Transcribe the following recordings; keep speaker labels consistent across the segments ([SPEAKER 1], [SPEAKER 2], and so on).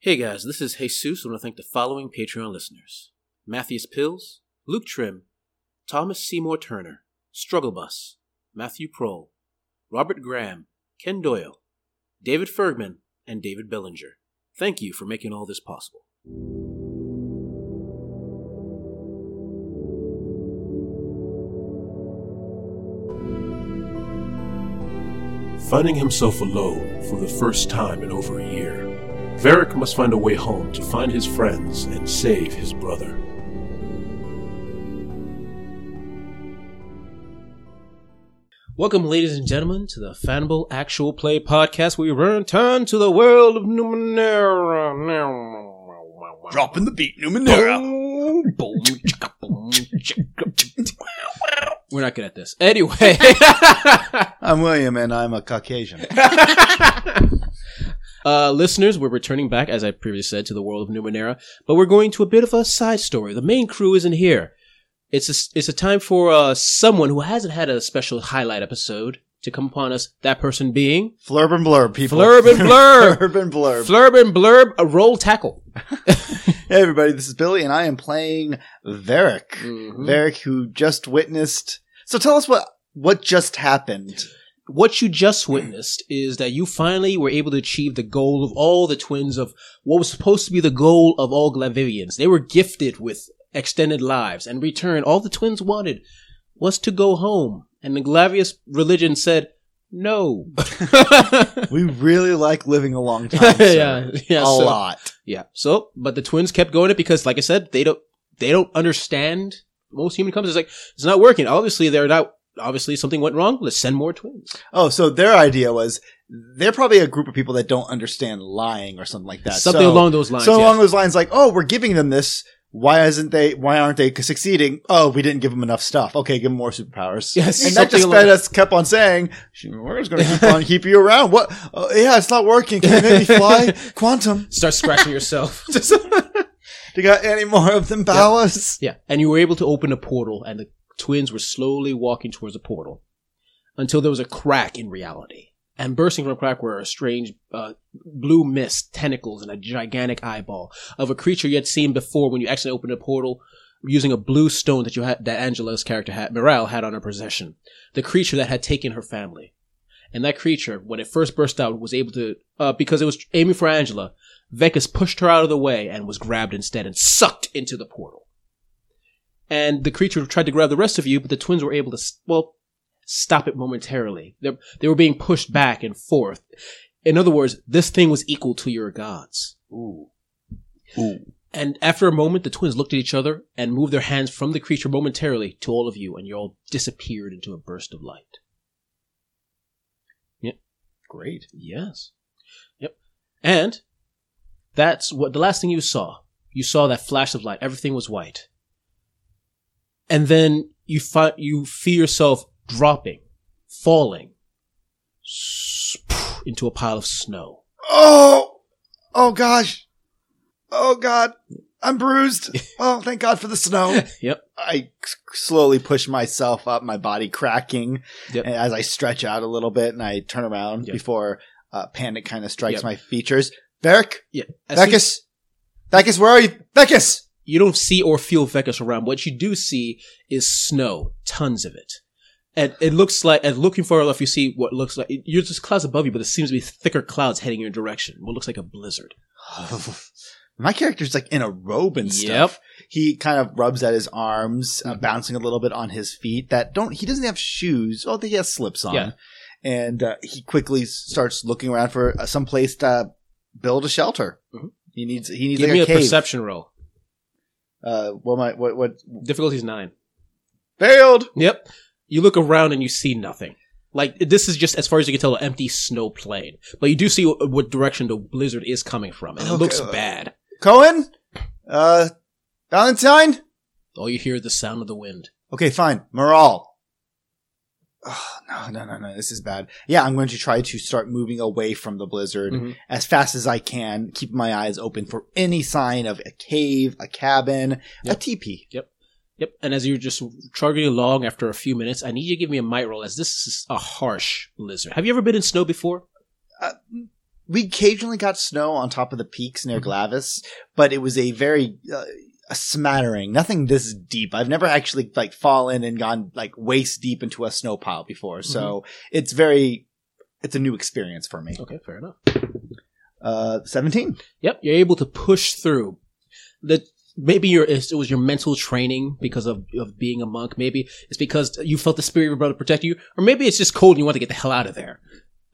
[SPEAKER 1] Hey guys, this is Jesus. I want to thank the following Patreon listeners Matthias Pills, Luke Trim, Thomas Seymour Turner, Struggle Bus, Matthew Prohl, Robert Graham, Ken Doyle, David Fergman, and David Bellinger. Thank you for making all this possible.
[SPEAKER 2] Finding himself alone for the first time in over a year, Varric must find a way home to find his friends and save his brother.
[SPEAKER 1] Welcome, ladies and gentlemen, to the Fanable Actual Play Podcast. We return to the world of Numenera.
[SPEAKER 3] Dropping the beat, Numenera.
[SPEAKER 1] We're not good at this. Anyway.
[SPEAKER 4] I'm William, and I'm a Caucasian.
[SPEAKER 1] Uh, listeners, we're returning back, as I previously said, to the world of Numenera, but we're going to a bit of a side story. The main crew isn't here. It's a, it's a time for uh, someone who hasn't had a special highlight episode to come upon us. That person being
[SPEAKER 4] Flurb and blurb, people.
[SPEAKER 1] Flurb and blurb.
[SPEAKER 4] Flurb and blurb.
[SPEAKER 1] Flurb and Blurb, a roll tackle.
[SPEAKER 4] hey, everybody, this is Billy, and I am playing Varric.
[SPEAKER 1] Mhm.
[SPEAKER 4] Varric, who just witnessed. So tell us what what just happened.
[SPEAKER 1] What you just witnessed is that you finally were able to achieve the goal of all the twins of what was supposed to be the goal of all Glavivians. They were gifted with extended lives, and in return, all the twins wanted was to go home. And the Glavius religion said, no.
[SPEAKER 4] We really like living a long time. sir.
[SPEAKER 1] Yeah, yeah,
[SPEAKER 4] a
[SPEAKER 1] so-
[SPEAKER 4] lot.
[SPEAKER 1] Yeah. So, but the twins kept going it because, like I said, they don't they don't understand most human comes. It's like it's not working. Obviously, they're not. Obviously, something went wrong. Let's send more twins.
[SPEAKER 4] Oh, so their idea was they're probably a group of people that don't understand lying or something like that.
[SPEAKER 1] something
[SPEAKER 4] So-
[SPEAKER 1] along those lines.
[SPEAKER 4] So
[SPEAKER 1] yeah.
[SPEAKER 4] along those lines, like, oh, we're giving them this. Why isn't they? Why aren't they succeeding? Oh, we didn't give them enough stuff. Okay, give them more superpowers.
[SPEAKER 1] Yes,
[SPEAKER 4] and that
[SPEAKER 1] something
[SPEAKER 4] just
[SPEAKER 1] along-
[SPEAKER 4] fed us kept on saying, "She- "We're just going to keep on keep you around." What? Oh, yeah, it's not working. Can you maybe fly quantum?
[SPEAKER 1] start scratching yourself.
[SPEAKER 4] Do you got any more of them powers?
[SPEAKER 1] yeah, and you were able to open a portal, and the twins were slowly walking towards the portal until there was a crack in reality. And bursting from a crack were a strange uh, blue mist, tentacles, and a gigantic eyeball of a creature you had seen before when you actually opened a portal using a blue stone that you had that Angela's character had Morale had on her possession. The creature that had taken her family. And that creature, when it first burst out, was able to uh, because it was aiming for Angela, Vekas pushed her out of the way and was grabbed instead and sucked into the portal and the creature tried to grab the rest of you, but the twins were able to s- well stop it momentarily. They they were being pushed back and forth. In other words, this thing was equal to your gods.
[SPEAKER 4] Ooh.
[SPEAKER 1] And after a moment, the twins looked at each other and moved their hands from the creature momentarily to all of you, and you all disappeared into a burst of light. Yep. Great. Yes. Yep. And that's what the last thing you saw. You saw that flash of light. Everything was white. And then you fi- you feel yourself dropping, falling s- into a pile of snow.
[SPEAKER 4] Oh, oh gosh, oh god, I'm bruised. Oh, thank God for the snow.
[SPEAKER 1] Yep.
[SPEAKER 4] I s- slowly push myself up, my body cracking
[SPEAKER 1] Yep.
[SPEAKER 4] and as I stretch out a little bit and I turn around
[SPEAKER 1] Yep.
[SPEAKER 4] before uh, panic kind of strikes
[SPEAKER 1] Yep.
[SPEAKER 4] my features. Varric,
[SPEAKER 1] Yeah. As soon-
[SPEAKER 4] Vekas, Vekas, where are you? Vekas!
[SPEAKER 1] you don't see or feel Vekas around. What you do see is snow, tons of it. And it looks like, and looking far enough, you see what looks like, you're just clouds above you, but it seems to be thicker clouds heading your direction. What looks like a blizzard.
[SPEAKER 4] my character's like in a robe and stuff. He kind of rubs at his arms,
[SPEAKER 1] Mm-hmm.
[SPEAKER 4] uh, bouncing a little bit on his feet. That don't he doesn't have shoes. Oh, he has slips on.
[SPEAKER 1] Yeah.
[SPEAKER 4] And uh, he quickly s- starts looking around for uh, some place to build a shelter.
[SPEAKER 1] Mhm.
[SPEAKER 4] He needs he needs
[SPEAKER 1] Give
[SPEAKER 4] like
[SPEAKER 1] me
[SPEAKER 4] a,
[SPEAKER 1] a,
[SPEAKER 4] cave.
[SPEAKER 1] perception roll.
[SPEAKER 4] uh, what am I? What what?
[SPEAKER 1] Difficulty's nine.
[SPEAKER 4] Failed.
[SPEAKER 1] Yep. You look around and you see nothing. Like, this is just, as far as you can tell, an empty snow plain. But you do see what, what direction the blizzard is coming from, and it
[SPEAKER 4] Okay,
[SPEAKER 1] looks
[SPEAKER 4] uh,
[SPEAKER 1] bad.
[SPEAKER 4] Cohen? Uh, Valentine?
[SPEAKER 1] All you hear is the sound of the wind.
[SPEAKER 4] Okay, fine. Moral. Oh, no, no, no, no. This is bad. Yeah, I'm going to try to start moving away from the blizzard
[SPEAKER 1] Mhm.
[SPEAKER 4] as fast as I can, keep my eyes open for any sign of a cave, a cabin, a
[SPEAKER 1] Yep.
[SPEAKER 4] teepee.
[SPEAKER 1] Yep. And as you're just chugging along after a few minutes, I need you to give me a might roll as this is a harsh blizzard. Have you ever been in snow before?
[SPEAKER 4] we occasionally got snow on top of the peaks near Glavis, but it was a very uh, a smattering, nothing this deep. I've never actually like fallen and gone like waist deep into a snow pile before, so it's very it's a new experience for me.
[SPEAKER 1] Okay, fair enough.
[SPEAKER 4] Uh, seventeen.
[SPEAKER 1] Yep, you're able to push through. The maybe your it's- it was your mental training because of of being a monk. Maybe it's because you felt the spirit of your brother protect you, or maybe it's just cold and you want to get the hell out of there.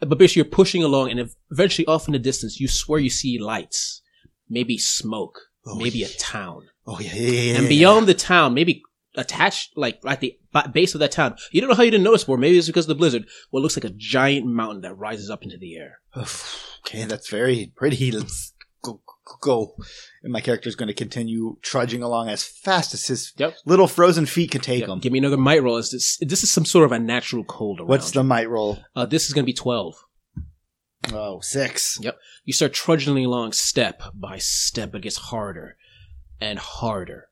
[SPEAKER 1] But basically, you're pushing along, and ev- eventually, off in the distance, you swear you see lights, maybe smoke,
[SPEAKER 4] Oh,
[SPEAKER 1] maybe
[SPEAKER 4] yeah.
[SPEAKER 1] a town,
[SPEAKER 4] Oh yeah, yeah, yeah, yeah,
[SPEAKER 1] and
[SPEAKER 4] yeah,
[SPEAKER 1] beyond the town, maybe attached like at the ba- base of that town. You don't know how you didn't notice before. Maybe it's because of the blizzard. What looks like a giant mountain that rises up into the air.
[SPEAKER 4] yeah. okay, that's very pretty. Let's go, go, go. And my character's going to continue trudging along as fast as his
[SPEAKER 1] Yep.
[SPEAKER 4] little frozen feet can take
[SPEAKER 1] Yep,
[SPEAKER 4] him.
[SPEAKER 1] Give me another might roll. Is this this is some sort of unnatural cold around?
[SPEAKER 4] What's the might roll?
[SPEAKER 1] Uh, this is going to be twelve.
[SPEAKER 4] Oh, six.
[SPEAKER 1] You start trudging along step by step. It gets harder and harder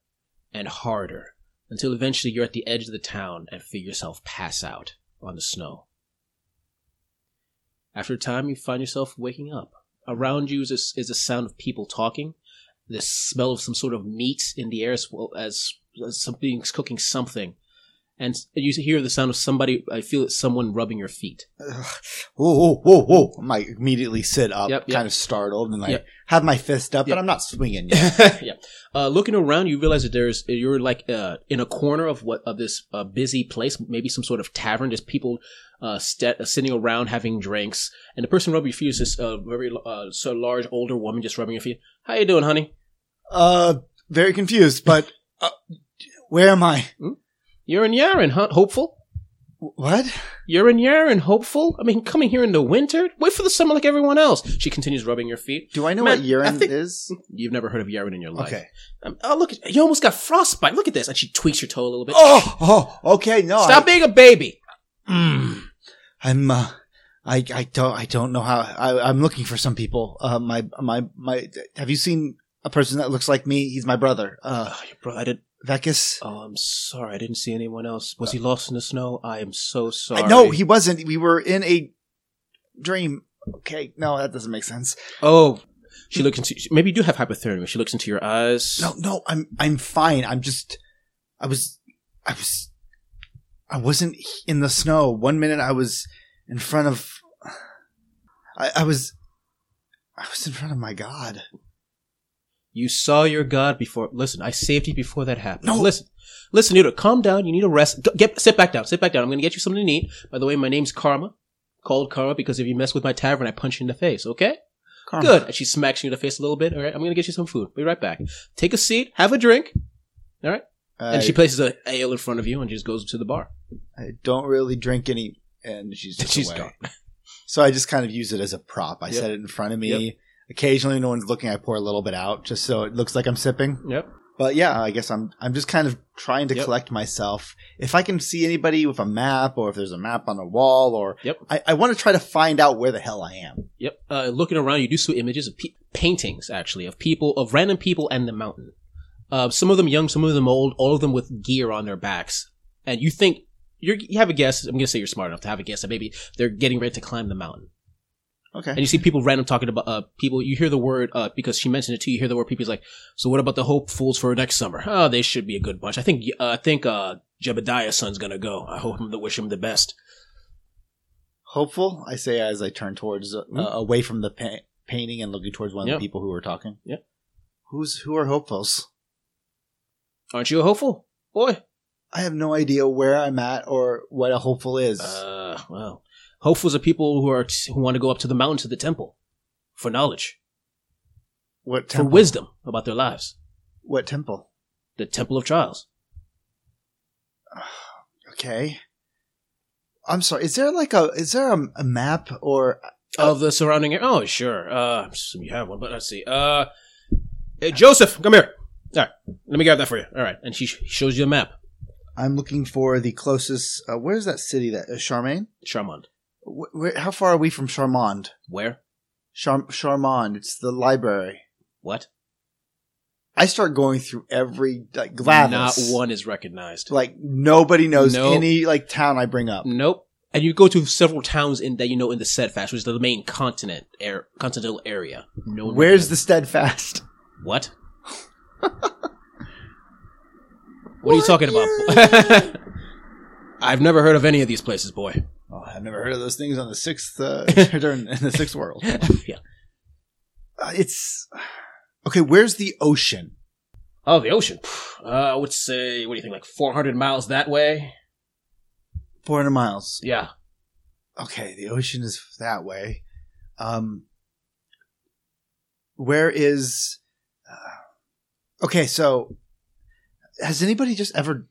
[SPEAKER 1] and harder until eventually you're at the edge of the town and feel yourself pass out on the snow. After a time, you find yourself waking up. Around you is a, is a sound of people talking, the smell of some sort of meat in the air as well as, as something's cooking something. And you hear the sound of somebody, I feel it's someone rubbing your feet.
[SPEAKER 4] Ugh. Whoa, whoa, whoa, whoa. I might immediately sit up,
[SPEAKER 1] Yep, yep.
[SPEAKER 4] kind of startled, and like
[SPEAKER 1] Yep.
[SPEAKER 4] have my fist up,
[SPEAKER 1] Yep.
[SPEAKER 4] but I'm not swinging yet.
[SPEAKER 1] Uh, looking around, you realize that there's you're like uh, in a corner of what of this uh, busy place, maybe some sort of tavern. There's people uh, sta uh, sitting around having drinks, and the person rubbing your feet is this uh, very uh, so large older woman just rubbing your feet. How you doing, honey?
[SPEAKER 4] uh, very confused, but uh, where am I?
[SPEAKER 1] You're in Yaren, huh? Hopeful.
[SPEAKER 4] What?
[SPEAKER 1] You're in Yaren, hopeful. I mean, coming here in the winter. Wait for the summer like everyone else. She continues rubbing your feet.
[SPEAKER 4] Do I know
[SPEAKER 1] Man,
[SPEAKER 4] what
[SPEAKER 1] I
[SPEAKER 4] urine
[SPEAKER 1] think-
[SPEAKER 4] is?
[SPEAKER 1] You've never heard of Yaren in your life.
[SPEAKER 4] Okay.
[SPEAKER 1] Um, oh look, at, you almost got frostbite. Look at this, and she tweaks your toe a little bit.
[SPEAKER 4] Oh, oh, okay. No,
[SPEAKER 1] Stop being a baby.
[SPEAKER 4] I, mm, I'm. Uh, I, I don't I don't know how I, I'm looking for some people. Uh, my my my. Have you seen a person that looks like me? He's my brother, uh,
[SPEAKER 1] Oh, your brother, I did
[SPEAKER 4] Vekis.
[SPEAKER 1] Oh, I'm sorry. I didn't see anyone else. Was he lost in the snow? I am so sorry.
[SPEAKER 4] I, no, he wasn't. We were in a dream. Okay, no, that doesn't make sense.
[SPEAKER 1] Oh, she looks into. Maybe you do have hypothermia. She looks into your eyes.
[SPEAKER 4] No, no, I'm I'm fine. I'm just I was I was I wasn't in the snow. One minute I was in front of I, I was I was in front of my god.
[SPEAKER 1] You saw your God before. Listen, I saved you before that happened.
[SPEAKER 4] No.
[SPEAKER 1] listen, listen, Nuda. Calm down. You need a rest. G- Get sit back down. Sit back down. I'm going to get you something to eat. By the way, my name's Karma. Called Karma because if you mess with my tavern, I punch you in the face. Okay.
[SPEAKER 4] Ah.
[SPEAKER 1] Good. And she smacks you in the face a little bit. All right. I'm going to get you some food. Be right back. Take a seat. Have a drink.
[SPEAKER 4] I,
[SPEAKER 1] And she places a ale in front of you and just goes to the bar.
[SPEAKER 4] I don't really drink any and she's just
[SPEAKER 1] She's
[SPEAKER 4] away.
[SPEAKER 1] gone.
[SPEAKER 4] So I just kind of use it as a prop. I
[SPEAKER 1] Yep.
[SPEAKER 4] set it in front of me. Occasionally when no one's looking, I pour a little bit out just so it looks like I'm sipping.
[SPEAKER 1] Yep.
[SPEAKER 4] But yeah, I guess I'm I'm just kind of trying to
[SPEAKER 1] Yep.
[SPEAKER 4] collect myself. If I can see anybody with a map, or if there's a map on a wall, or
[SPEAKER 1] Yep.
[SPEAKER 4] I, I want to try to find out where the hell I am.
[SPEAKER 1] Yep. Uh, looking around, you do see images of pe- paintings, actually, of people, of random people and the mountain. Uh, some of them young, some of them old, all of them with gear on their backs. And you think, you're, you have a guess, I'm going to say you're smart enough to have a guess that maybe they're getting ready to climb the mountain. And
[SPEAKER 4] Okay.
[SPEAKER 1] you see people random talking about, uh, people, you hear the word, uh, because she mentioned it too, you hear the word people's like, so what about the hopefuls for next summer? Oh, they should be a good bunch. I think, uh, I think, uh, Jebediah's son's gonna go. I hope him to wish him the best.
[SPEAKER 4] Hopeful, I say as I turn towards uh,
[SPEAKER 1] Hmm.
[SPEAKER 4] away from the pa- painting and looking towards one
[SPEAKER 1] Yep.
[SPEAKER 4] of the people who were talking.
[SPEAKER 1] Yep.
[SPEAKER 4] Who's who are hopefuls?
[SPEAKER 1] Aren't you a hopeful? Boy.
[SPEAKER 4] I have no idea where I'm at or what a hopeful is.
[SPEAKER 1] Uh, well, hopefuls are people who are who want to go up to the mountain to the temple for knowledge,
[SPEAKER 4] what
[SPEAKER 1] for
[SPEAKER 4] temple?
[SPEAKER 1] wisdom about their lives.
[SPEAKER 4] what temple?
[SPEAKER 1] The Temple of Trials.
[SPEAKER 4] Okay. I'm sorry. Is there like a is there a, a map or
[SPEAKER 1] Of the surrounding area. Oh, sure. Uh, assume you have one, but let's see. Uh, hey, Joseph, come here. All right, let me grab that for you. All right, and she sh- shows you a map.
[SPEAKER 4] I'm looking for the closest. Uh, where's that city? That uh, Charmaine?
[SPEAKER 1] Charmant.
[SPEAKER 4] Wh- where, how far are we from Charmond?
[SPEAKER 1] Where?
[SPEAKER 4] Char- Charmond. It's the library.
[SPEAKER 1] What?
[SPEAKER 4] I start going through every like Glavis.
[SPEAKER 1] Not one is recognized.
[SPEAKER 4] Like nobody knows
[SPEAKER 1] Nope.
[SPEAKER 4] any like town I bring up.
[SPEAKER 1] Nope. and you go to several towns in that you know in the Steadfast, which is the main continent, air, continental area. No, one recognizes-
[SPEAKER 4] Where's the steadfast?
[SPEAKER 1] what? what are you talking about? I've never heard of any of these places, boy.
[SPEAKER 4] Oh, I've never heard of those things on the sixth uh, during, in the sixth world.
[SPEAKER 1] yeah.
[SPEAKER 4] Uh, it's okay. Where's the ocean?
[SPEAKER 1] Oh, the ocean. Uh, I would say, what do you think, like 400 miles that way?
[SPEAKER 4] Four hundred miles.
[SPEAKER 1] Yeah.
[SPEAKER 4] Okay, the ocean is that way. Um, where is? Uh, okay, so has anybody just ever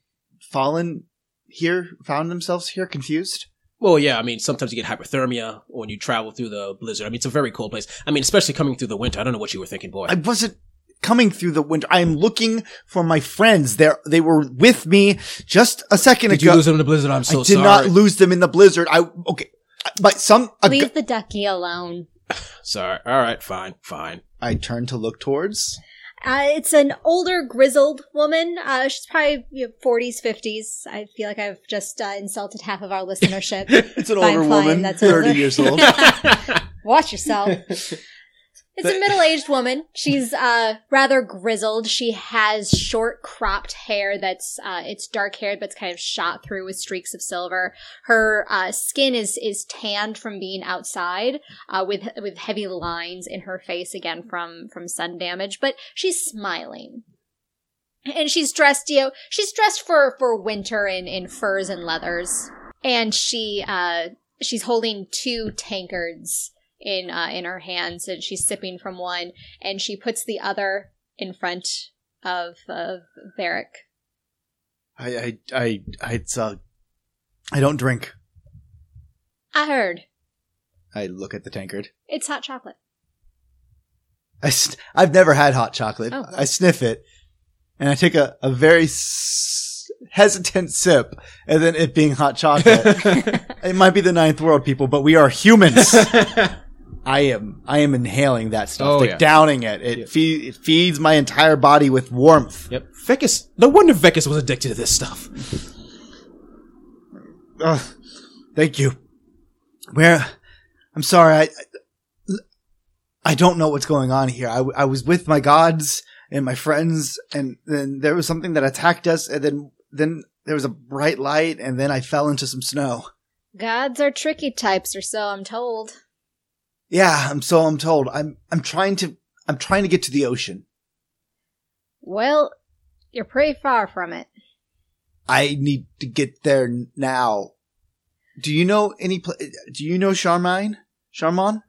[SPEAKER 4] fallen here, found themselves here, confused?
[SPEAKER 1] Well, yeah, I mean, sometimes you get hypothermia when you travel through the blizzard. I mean, it's a very cold place. I mean, especially coming through the winter. I don't know what you were thinking, boy.
[SPEAKER 4] I wasn't coming through the winter. I am looking for my friends. They they were with me just a second
[SPEAKER 1] did you
[SPEAKER 4] ago.
[SPEAKER 1] lose them in the blizzard? I'm
[SPEAKER 4] I
[SPEAKER 1] so
[SPEAKER 4] did
[SPEAKER 1] sorry.
[SPEAKER 4] not lose them in the blizzard. I okay, but some. a gu-
[SPEAKER 3] Leave the ducky alone.
[SPEAKER 1] sorry. All right, fine, fine.
[SPEAKER 4] I turned to look towards.
[SPEAKER 3] Uh, it's an older, grizzled woman. Uh, she's probably you know, 40s, 50s. I feel like I've just uh, insulted half of our listenership.
[SPEAKER 4] It's an
[SPEAKER 3] Fine,
[SPEAKER 4] older
[SPEAKER 3] fine,
[SPEAKER 4] woman,
[SPEAKER 3] that's
[SPEAKER 4] thirty
[SPEAKER 3] older.
[SPEAKER 4] years old.
[SPEAKER 3] Watch yourself. It's a middle-aged woman. She's uh rather grizzled. She has short cropped hair that's uh it's dark haired but it's kind of shot through with streaks of silver. Her uh skin is is tanned from being outside uh with with heavy lines in her face again from from sun damage, but she's smiling. And she's dressed, you know, she's dressed for for winter in in furs and leathers. And she uh she's holding two tankards in uh, in her hands and she's sipping from one and she puts the other in front of of Varric.
[SPEAKER 4] I I I I, it's, uh, I don't drink.
[SPEAKER 3] I heard
[SPEAKER 4] I look at the tankard.
[SPEAKER 3] it's hot chocolate.
[SPEAKER 4] I s- I've never had hot chocolate.
[SPEAKER 3] Oh.
[SPEAKER 4] I sniff it, and I take a, a very s- hesitant sip, and then it being hot chocolate. it might be the ninth world people, but we are humans. I am I am inhaling that stuff,
[SPEAKER 1] Oh,
[SPEAKER 4] like
[SPEAKER 1] yeah.
[SPEAKER 4] downing it. It,
[SPEAKER 1] Yeah.
[SPEAKER 4] fe- it feeds my entire body with warmth.
[SPEAKER 1] yep. Vekas. No wonder Vekas was addicted to this stuff.
[SPEAKER 4] Ugh. Thank you. Where? I'm sorry. I I don't know what's going on here. I, w- I was with my gods and my friends, and then there was something that attacked us, and then then there was a bright light, and then I fell into some snow.
[SPEAKER 3] Gods are tricky types, or so I'm told.
[SPEAKER 4] Yeah, I'm so I'm told. I'm I'm trying to I'm trying to get to the ocean.
[SPEAKER 3] Well, you're pretty far from it.
[SPEAKER 4] I need to get there n- now. Do you know any? Pl- do you know Charmine? Charmon?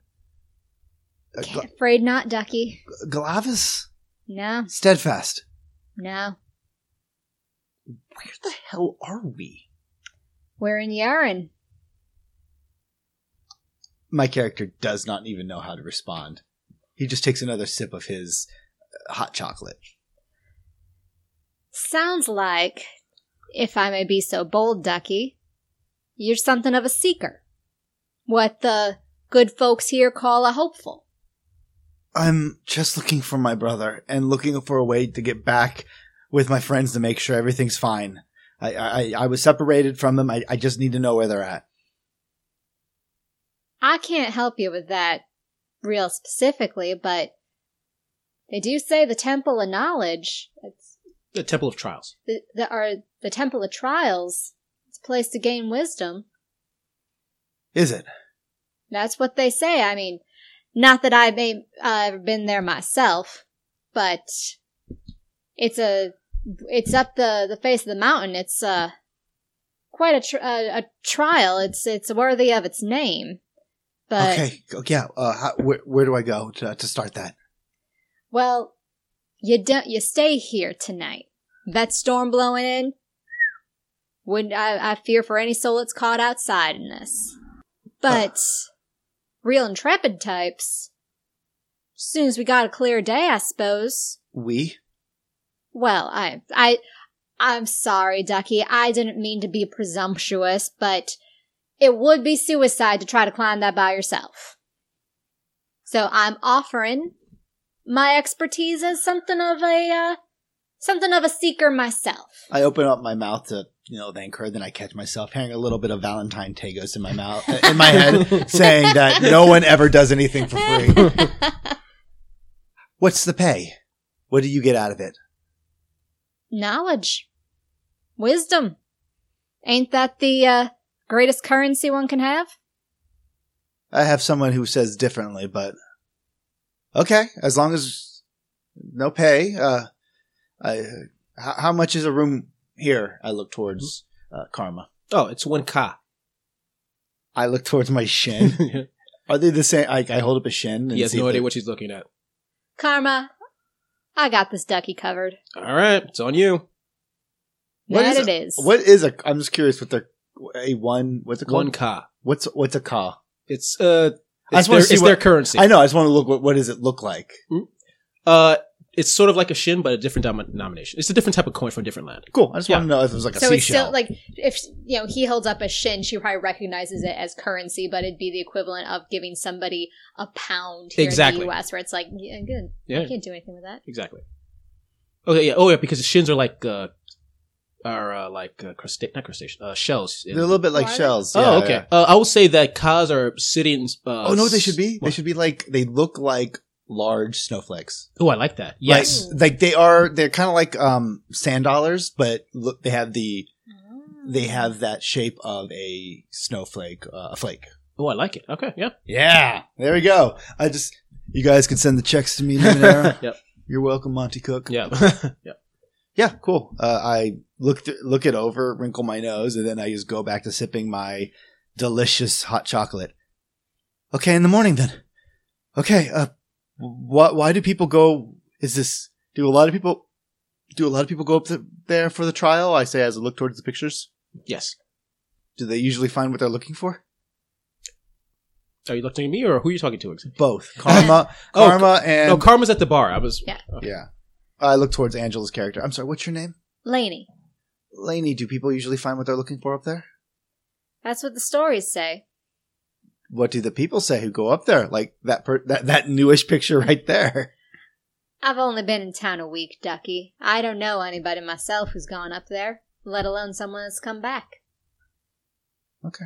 [SPEAKER 4] Uh, Gla-
[SPEAKER 3] Afraid not, Ducky.
[SPEAKER 4] Galavis?
[SPEAKER 3] No,
[SPEAKER 4] Steadfast.
[SPEAKER 3] no.
[SPEAKER 4] Where the hell are we?
[SPEAKER 3] We're in Yaren.
[SPEAKER 4] My character does not even know how to respond. He just takes another sip of his uh, hot chocolate.
[SPEAKER 3] Sounds like, if I may be so bold, Ducky, you're something of a seeker. What the good folks here call a hopeful.
[SPEAKER 4] I'm just looking for my brother and looking for a way to get back with my friends to make sure everything's fine. I I, I was separated from them. I, I just need to know where they're at.
[SPEAKER 3] I can't help you with that real specifically, but they do say the Temple of Knowledge, it's
[SPEAKER 1] The Temple of Trials.
[SPEAKER 3] the, the, or the Temple of Trials, it's a place to gain wisdom.
[SPEAKER 4] Is it?
[SPEAKER 3] That's what they say. I mean, not that I've been- uh, ever been there myself, but it's a it's up the the face of the mountain. It's uh quite a tr- uh, a, a trial. It's it's worthy of its name. But
[SPEAKER 4] okay. go- Yeah. Uh, how, where, where do I go to, to start that?
[SPEAKER 3] Well, you don't. You stay here tonight. That storm blowing in. Would I, I fear for any soul that's caught outside in this? But real intrepid types. As soon as we got a clear day, I suppose.
[SPEAKER 4] We?
[SPEAKER 3] Well, I, I, I'm sorry, Ducky. I didn't mean to be presumptuous, but it would be suicide to try to climb that by yourself. So I'm offering my expertise as something of a, uh, something of a seeker myself.
[SPEAKER 4] I open up my mouth to you know, thank her. Then I catch myself hearing a little bit of Valentine Tagos in my mouth, in my head, saying that no one ever does anything for free. What's the pay? What do you get out of it?
[SPEAKER 3] Knowledge. Wisdom. Ain't that the uh, greatest currency one can have?
[SPEAKER 4] I have someone who says differently, but okay, as long as no pay. Uh, I, how, how much is a room here? I look towards uh, Karma.
[SPEAKER 1] Oh, it's one ka.
[SPEAKER 4] I look towards my shin.
[SPEAKER 1] he
[SPEAKER 4] Are they the same? Like I hold up a shin. And
[SPEAKER 1] has
[SPEAKER 4] see
[SPEAKER 1] no
[SPEAKER 4] if
[SPEAKER 1] idea
[SPEAKER 4] they-
[SPEAKER 1] what she's looking at.
[SPEAKER 3] Karma, I got this ducky covered.
[SPEAKER 1] All right, it's on you.
[SPEAKER 4] What
[SPEAKER 3] that
[SPEAKER 4] is
[SPEAKER 3] it is.
[SPEAKER 4] What is a? I'm just curious. What the a one? What's it called?
[SPEAKER 1] One ka.
[SPEAKER 4] What's what's a ka?
[SPEAKER 1] It's uh,
[SPEAKER 4] I
[SPEAKER 1] it's,
[SPEAKER 4] just
[SPEAKER 1] their,
[SPEAKER 4] wanna see
[SPEAKER 1] it's
[SPEAKER 4] what-
[SPEAKER 1] their currency.
[SPEAKER 4] I know. I just want to look. What, what does it look like?
[SPEAKER 1] Uh, it's sort of like a shin, but a different dom- denomination. It's a different type of coin from a different land.
[SPEAKER 4] Cool. I just
[SPEAKER 1] Yeah.
[SPEAKER 4] want to know if it was like a
[SPEAKER 3] so
[SPEAKER 4] seashell.
[SPEAKER 3] it's still like if you know he holds up a shin, she probably recognizes it as currency, but it'd be the equivalent of giving somebody a pound here
[SPEAKER 1] Exactly.
[SPEAKER 3] in the U.S., where it's like, yeah, good,
[SPEAKER 1] Yeah,
[SPEAKER 3] I can't do anything with that.
[SPEAKER 1] exactly. Okay, yeah. Oh, yeah, because the shins are like uh, are uh, like uh, crusta- not crustacean uh, shells.
[SPEAKER 4] They're a little bit like
[SPEAKER 3] Why are they-
[SPEAKER 4] shells.
[SPEAKER 1] oh,
[SPEAKER 4] yeah,
[SPEAKER 1] okay.
[SPEAKER 4] yeah.
[SPEAKER 1] Uh, I would say that kas are sitting. Uh,
[SPEAKER 4] Oh no, they should be. They
[SPEAKER 1] What?
[SPEAKER 4] should be like they look like large snowflakes.
[SPEAKER 1] Oh, I like that. Yes,
[SPEAKER 4] like, like they are. They're kind of like um sand dollars, but look, they have the they
[SPEAKER 3] Ah.
[SPEAKER 4] have that shape of a snowflake, uh, a flake.
[SPEAKER 1] Oh, I like it. Okay, yeah.
[SPEAKER 4] Yeah, there we go. I just you guys can send the checks to me, Luminara.
[SPEAKER 1] Yep.
[SPEAKER 4] You're welcome, Monty Cook.
[SPEAKER 1] Yeah. yeah.
[SPEAKER 4] Yeah, cool. Uh, I look th- look it over, wrinkle my nose, and then I just go back to sipping my delicious hot chocolate. Okay, in the morning then. Okay, uh, wh- why do people go? Is this do a lot of people do a lot of people go up th there for the trial? I say as I look towards the pictures.
[SPEAKER 1] Yes.
[SPEAKER 4] Do they usually find what they're looking for?
[SPEAKER 1] Are you looking at me or who are you talking to? Exactly?
[SPEAKER 4] Both karma,
[SPEAKER 1] Oh,
[SPEAKER 4] karma, and
[SPEAKER 1] no, Karma's at the bar. I was.
[SPEAKER 3] Yeah.
[SPEAKER 4] yeah. I look towards Angela's character. I'm sorry, what's your name?
[SPEAKER 3] Laney.
[SPEAKER 4] Lainey, do people usually find what they're looking for up there?
[SPEAKER 3] That's what the stories say.
[SPEAKER 4] What do the people say who go up there? Like that per- that that newish picture right there.
[SPEAKER 3] I've only been in town a week, Ducky. I don't know anybody myself who's gone up there, let alone someone that's come back.
[SPEAKER 4] Okay.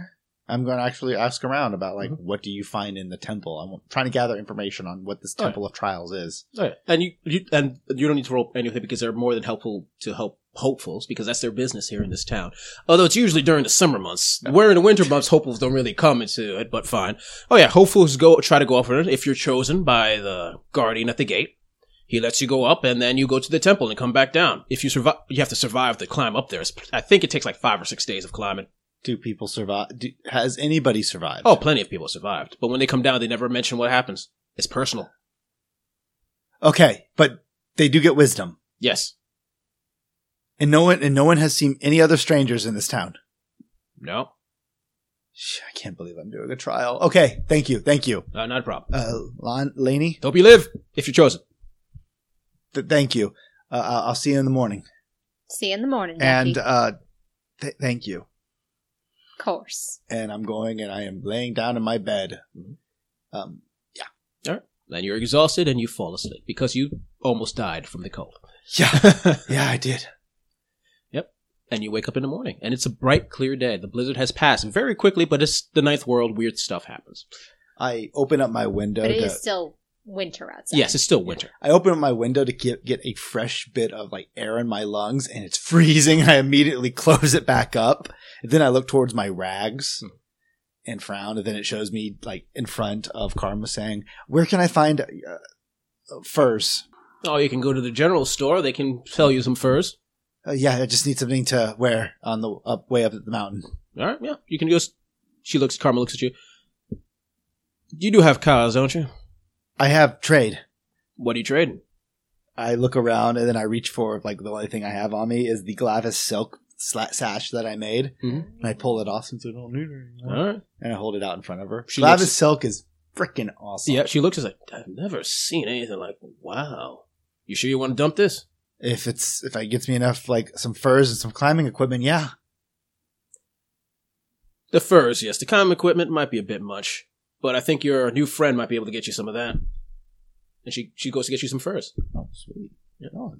[SPEAKER 4] I'm going to actually ask around about like what do you find in the temple? I'm trying to gather information on what this
[SPEAKER 1] All right.
[SPEAKER 4] temple of trials is.
[SPEAKER 1] All right. And you, you and you don't need to roll anything because they're more than helpful to help hopefuls because that's their business here in this town. Although it's usually during the summer months. Where in the winter months hopefuls don't really come into it, but fine. Oh yeah, hopefuls go try to go up for it if you're chosen by the guardian at the gate. He lets you go up and then you go to the temple and come back down. If you survive, you have to survive the climb up there. It's, I think it takes like five or six days of climbing.
[SPEAKER 4] Do people survive? Do, has anybody survived?
[SPEAKER 1] Oh, plenty of people survived. But when they come down, they never mention what happens. It's personal.
[SPEAKER 4] okay, but they do get wisdom,
[SPEAKER 1] Yes.
[SPEAKER 4] and no one and no one has seen any other strangers in this town.
[SPEAKER 1] No.
[SPEAKER 4] Sh- I can't believe I'm doing a trial. Okay, thank you, thank you,
[SPEAKER 1] Uh, not a problem.
[SPEAKER 4] uh, Lon- Laney.
[SPEAKER 1] Hope you live if you're chosen.
[SPEAKER 4] Th- thank you. Uh, I- I'll see you in the morning.
[SPEAKER 3] See you in the morning, Ducky.
[SPEAKER 4] And uh, th- thank you.
[SPEAKER 3] of course.
[SPEAKER 4] And I'm going, and I am laying down in my bed. Um,
[SPEAKER 1] Then you're exhausted and you fall asleep because you almost died from the cold.
[SPEAKER 4] yeah, yeah, I did.
[SPEAKER 1] And you wake up in the morning and it's a bright, clear day. The blizzard has passed very quickly, but it's the ninth world. Weird stuff happens.
[SPEAKER 4] I open up my window.
[SPEAKER 3] But it
[SPEAKER 4] To,
[SPEAKER 3] is still winter outside.
[SPEAKER 1] Yes, it's still winter.
[SPEAKER 4] I open up my window to get get a fresh bit of like air in my lungs, and it's freezing. I immediately close it back up. And then I look towards my rags. And frown, and then it shows me like in front of Karma saying, "Where can I find uh, furs?"
[SPEAKER 1] Oh, you can go to the general store. They can sell you some furs.
[SPEAKER 4] Uh, yeah, I just need something to wear on the up way up the mountain.
[SPEAKER 1] All right, yeah. You can go. s- She looks, Karma looks at you. You do have cars, don't you?
[SPEAKER 4] I have trade.
[SPEAKER 1] What are you trading?
[SPEAKER 4] I look around and then I reach for like the only thing I have on me is the Glavis silk sla- sash that I made,
[SPEAKER 1] Mhm.
[SPEAKER 4] and I pull it off since I don't need it anymore,
[SPEAKER 1] All right.
[SPEAKER 4] Mm-hmm. and I hold it out in front of her.
[SPEAKER 1] She
[SPEAKER 4] Glavis
[SPEAKER 1] looks-
[SPEAKER 4] silk is freaking awesome.
[SPEAKER 1] Yeah, she looks as like, I've never seen anything like, wow. You sure you want to dump this?
[SPEAKER 4] If it's if it gets me enough like some furs and some climbing equipment, yeah.
[SPEAKER 1] The furs, yes. The common equipment might be a bit much, but I think your new friend might be able to get you some of that. And she she goes to get you some furs.
[SPEAKER 4] Oh sweet. Oh,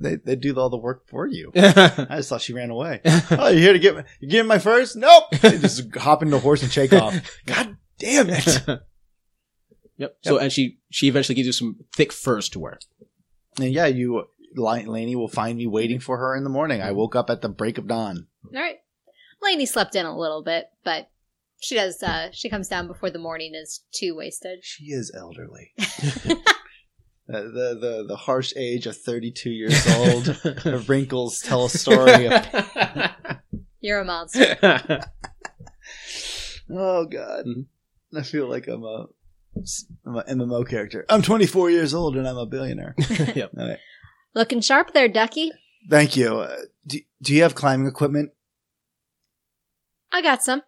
[SPEAKER 4] they, they do all the work for you.
[SPEAKER 1] yeah,
[SPEAKER 4] I just thought she ran away. oh, you're here to get my, you getting my first? Nope. They just hop into a horse and shake off. God damn it.
[SPEAKER 1] yep. So and she she eventually gives you some thick furs to wear.
[SPEAKER 4] And yeah, you, Lan- Laney will find me waiting for her in the morning. I woke up at the break of dawn.
[SPEAKER 3] All right. Lainey slept in a little bit, but she does. Uh, she comes down before the morning is too wasted.
[SPEAKER 4] She is elderly. The, the, the, the harsh age of 32 years old. Her wrinkles tell a story of,
[SPEAKER 3] You're a monster.
[SPEAKER 4] oh God.
[SPEAKER 1] Mhm.
[SPEAKER 4] I feel like I'm a, I'm a MMO character. I'm 24 years old and I'm a billionaire.
[SPEAKER 1] yep.
[SPEAKER 3] Looking sharp there, Ducky.
[SPEAKER 4] Thank you. Uh, do, do you have climbing equipment?
[SPEAKER 3] I got some.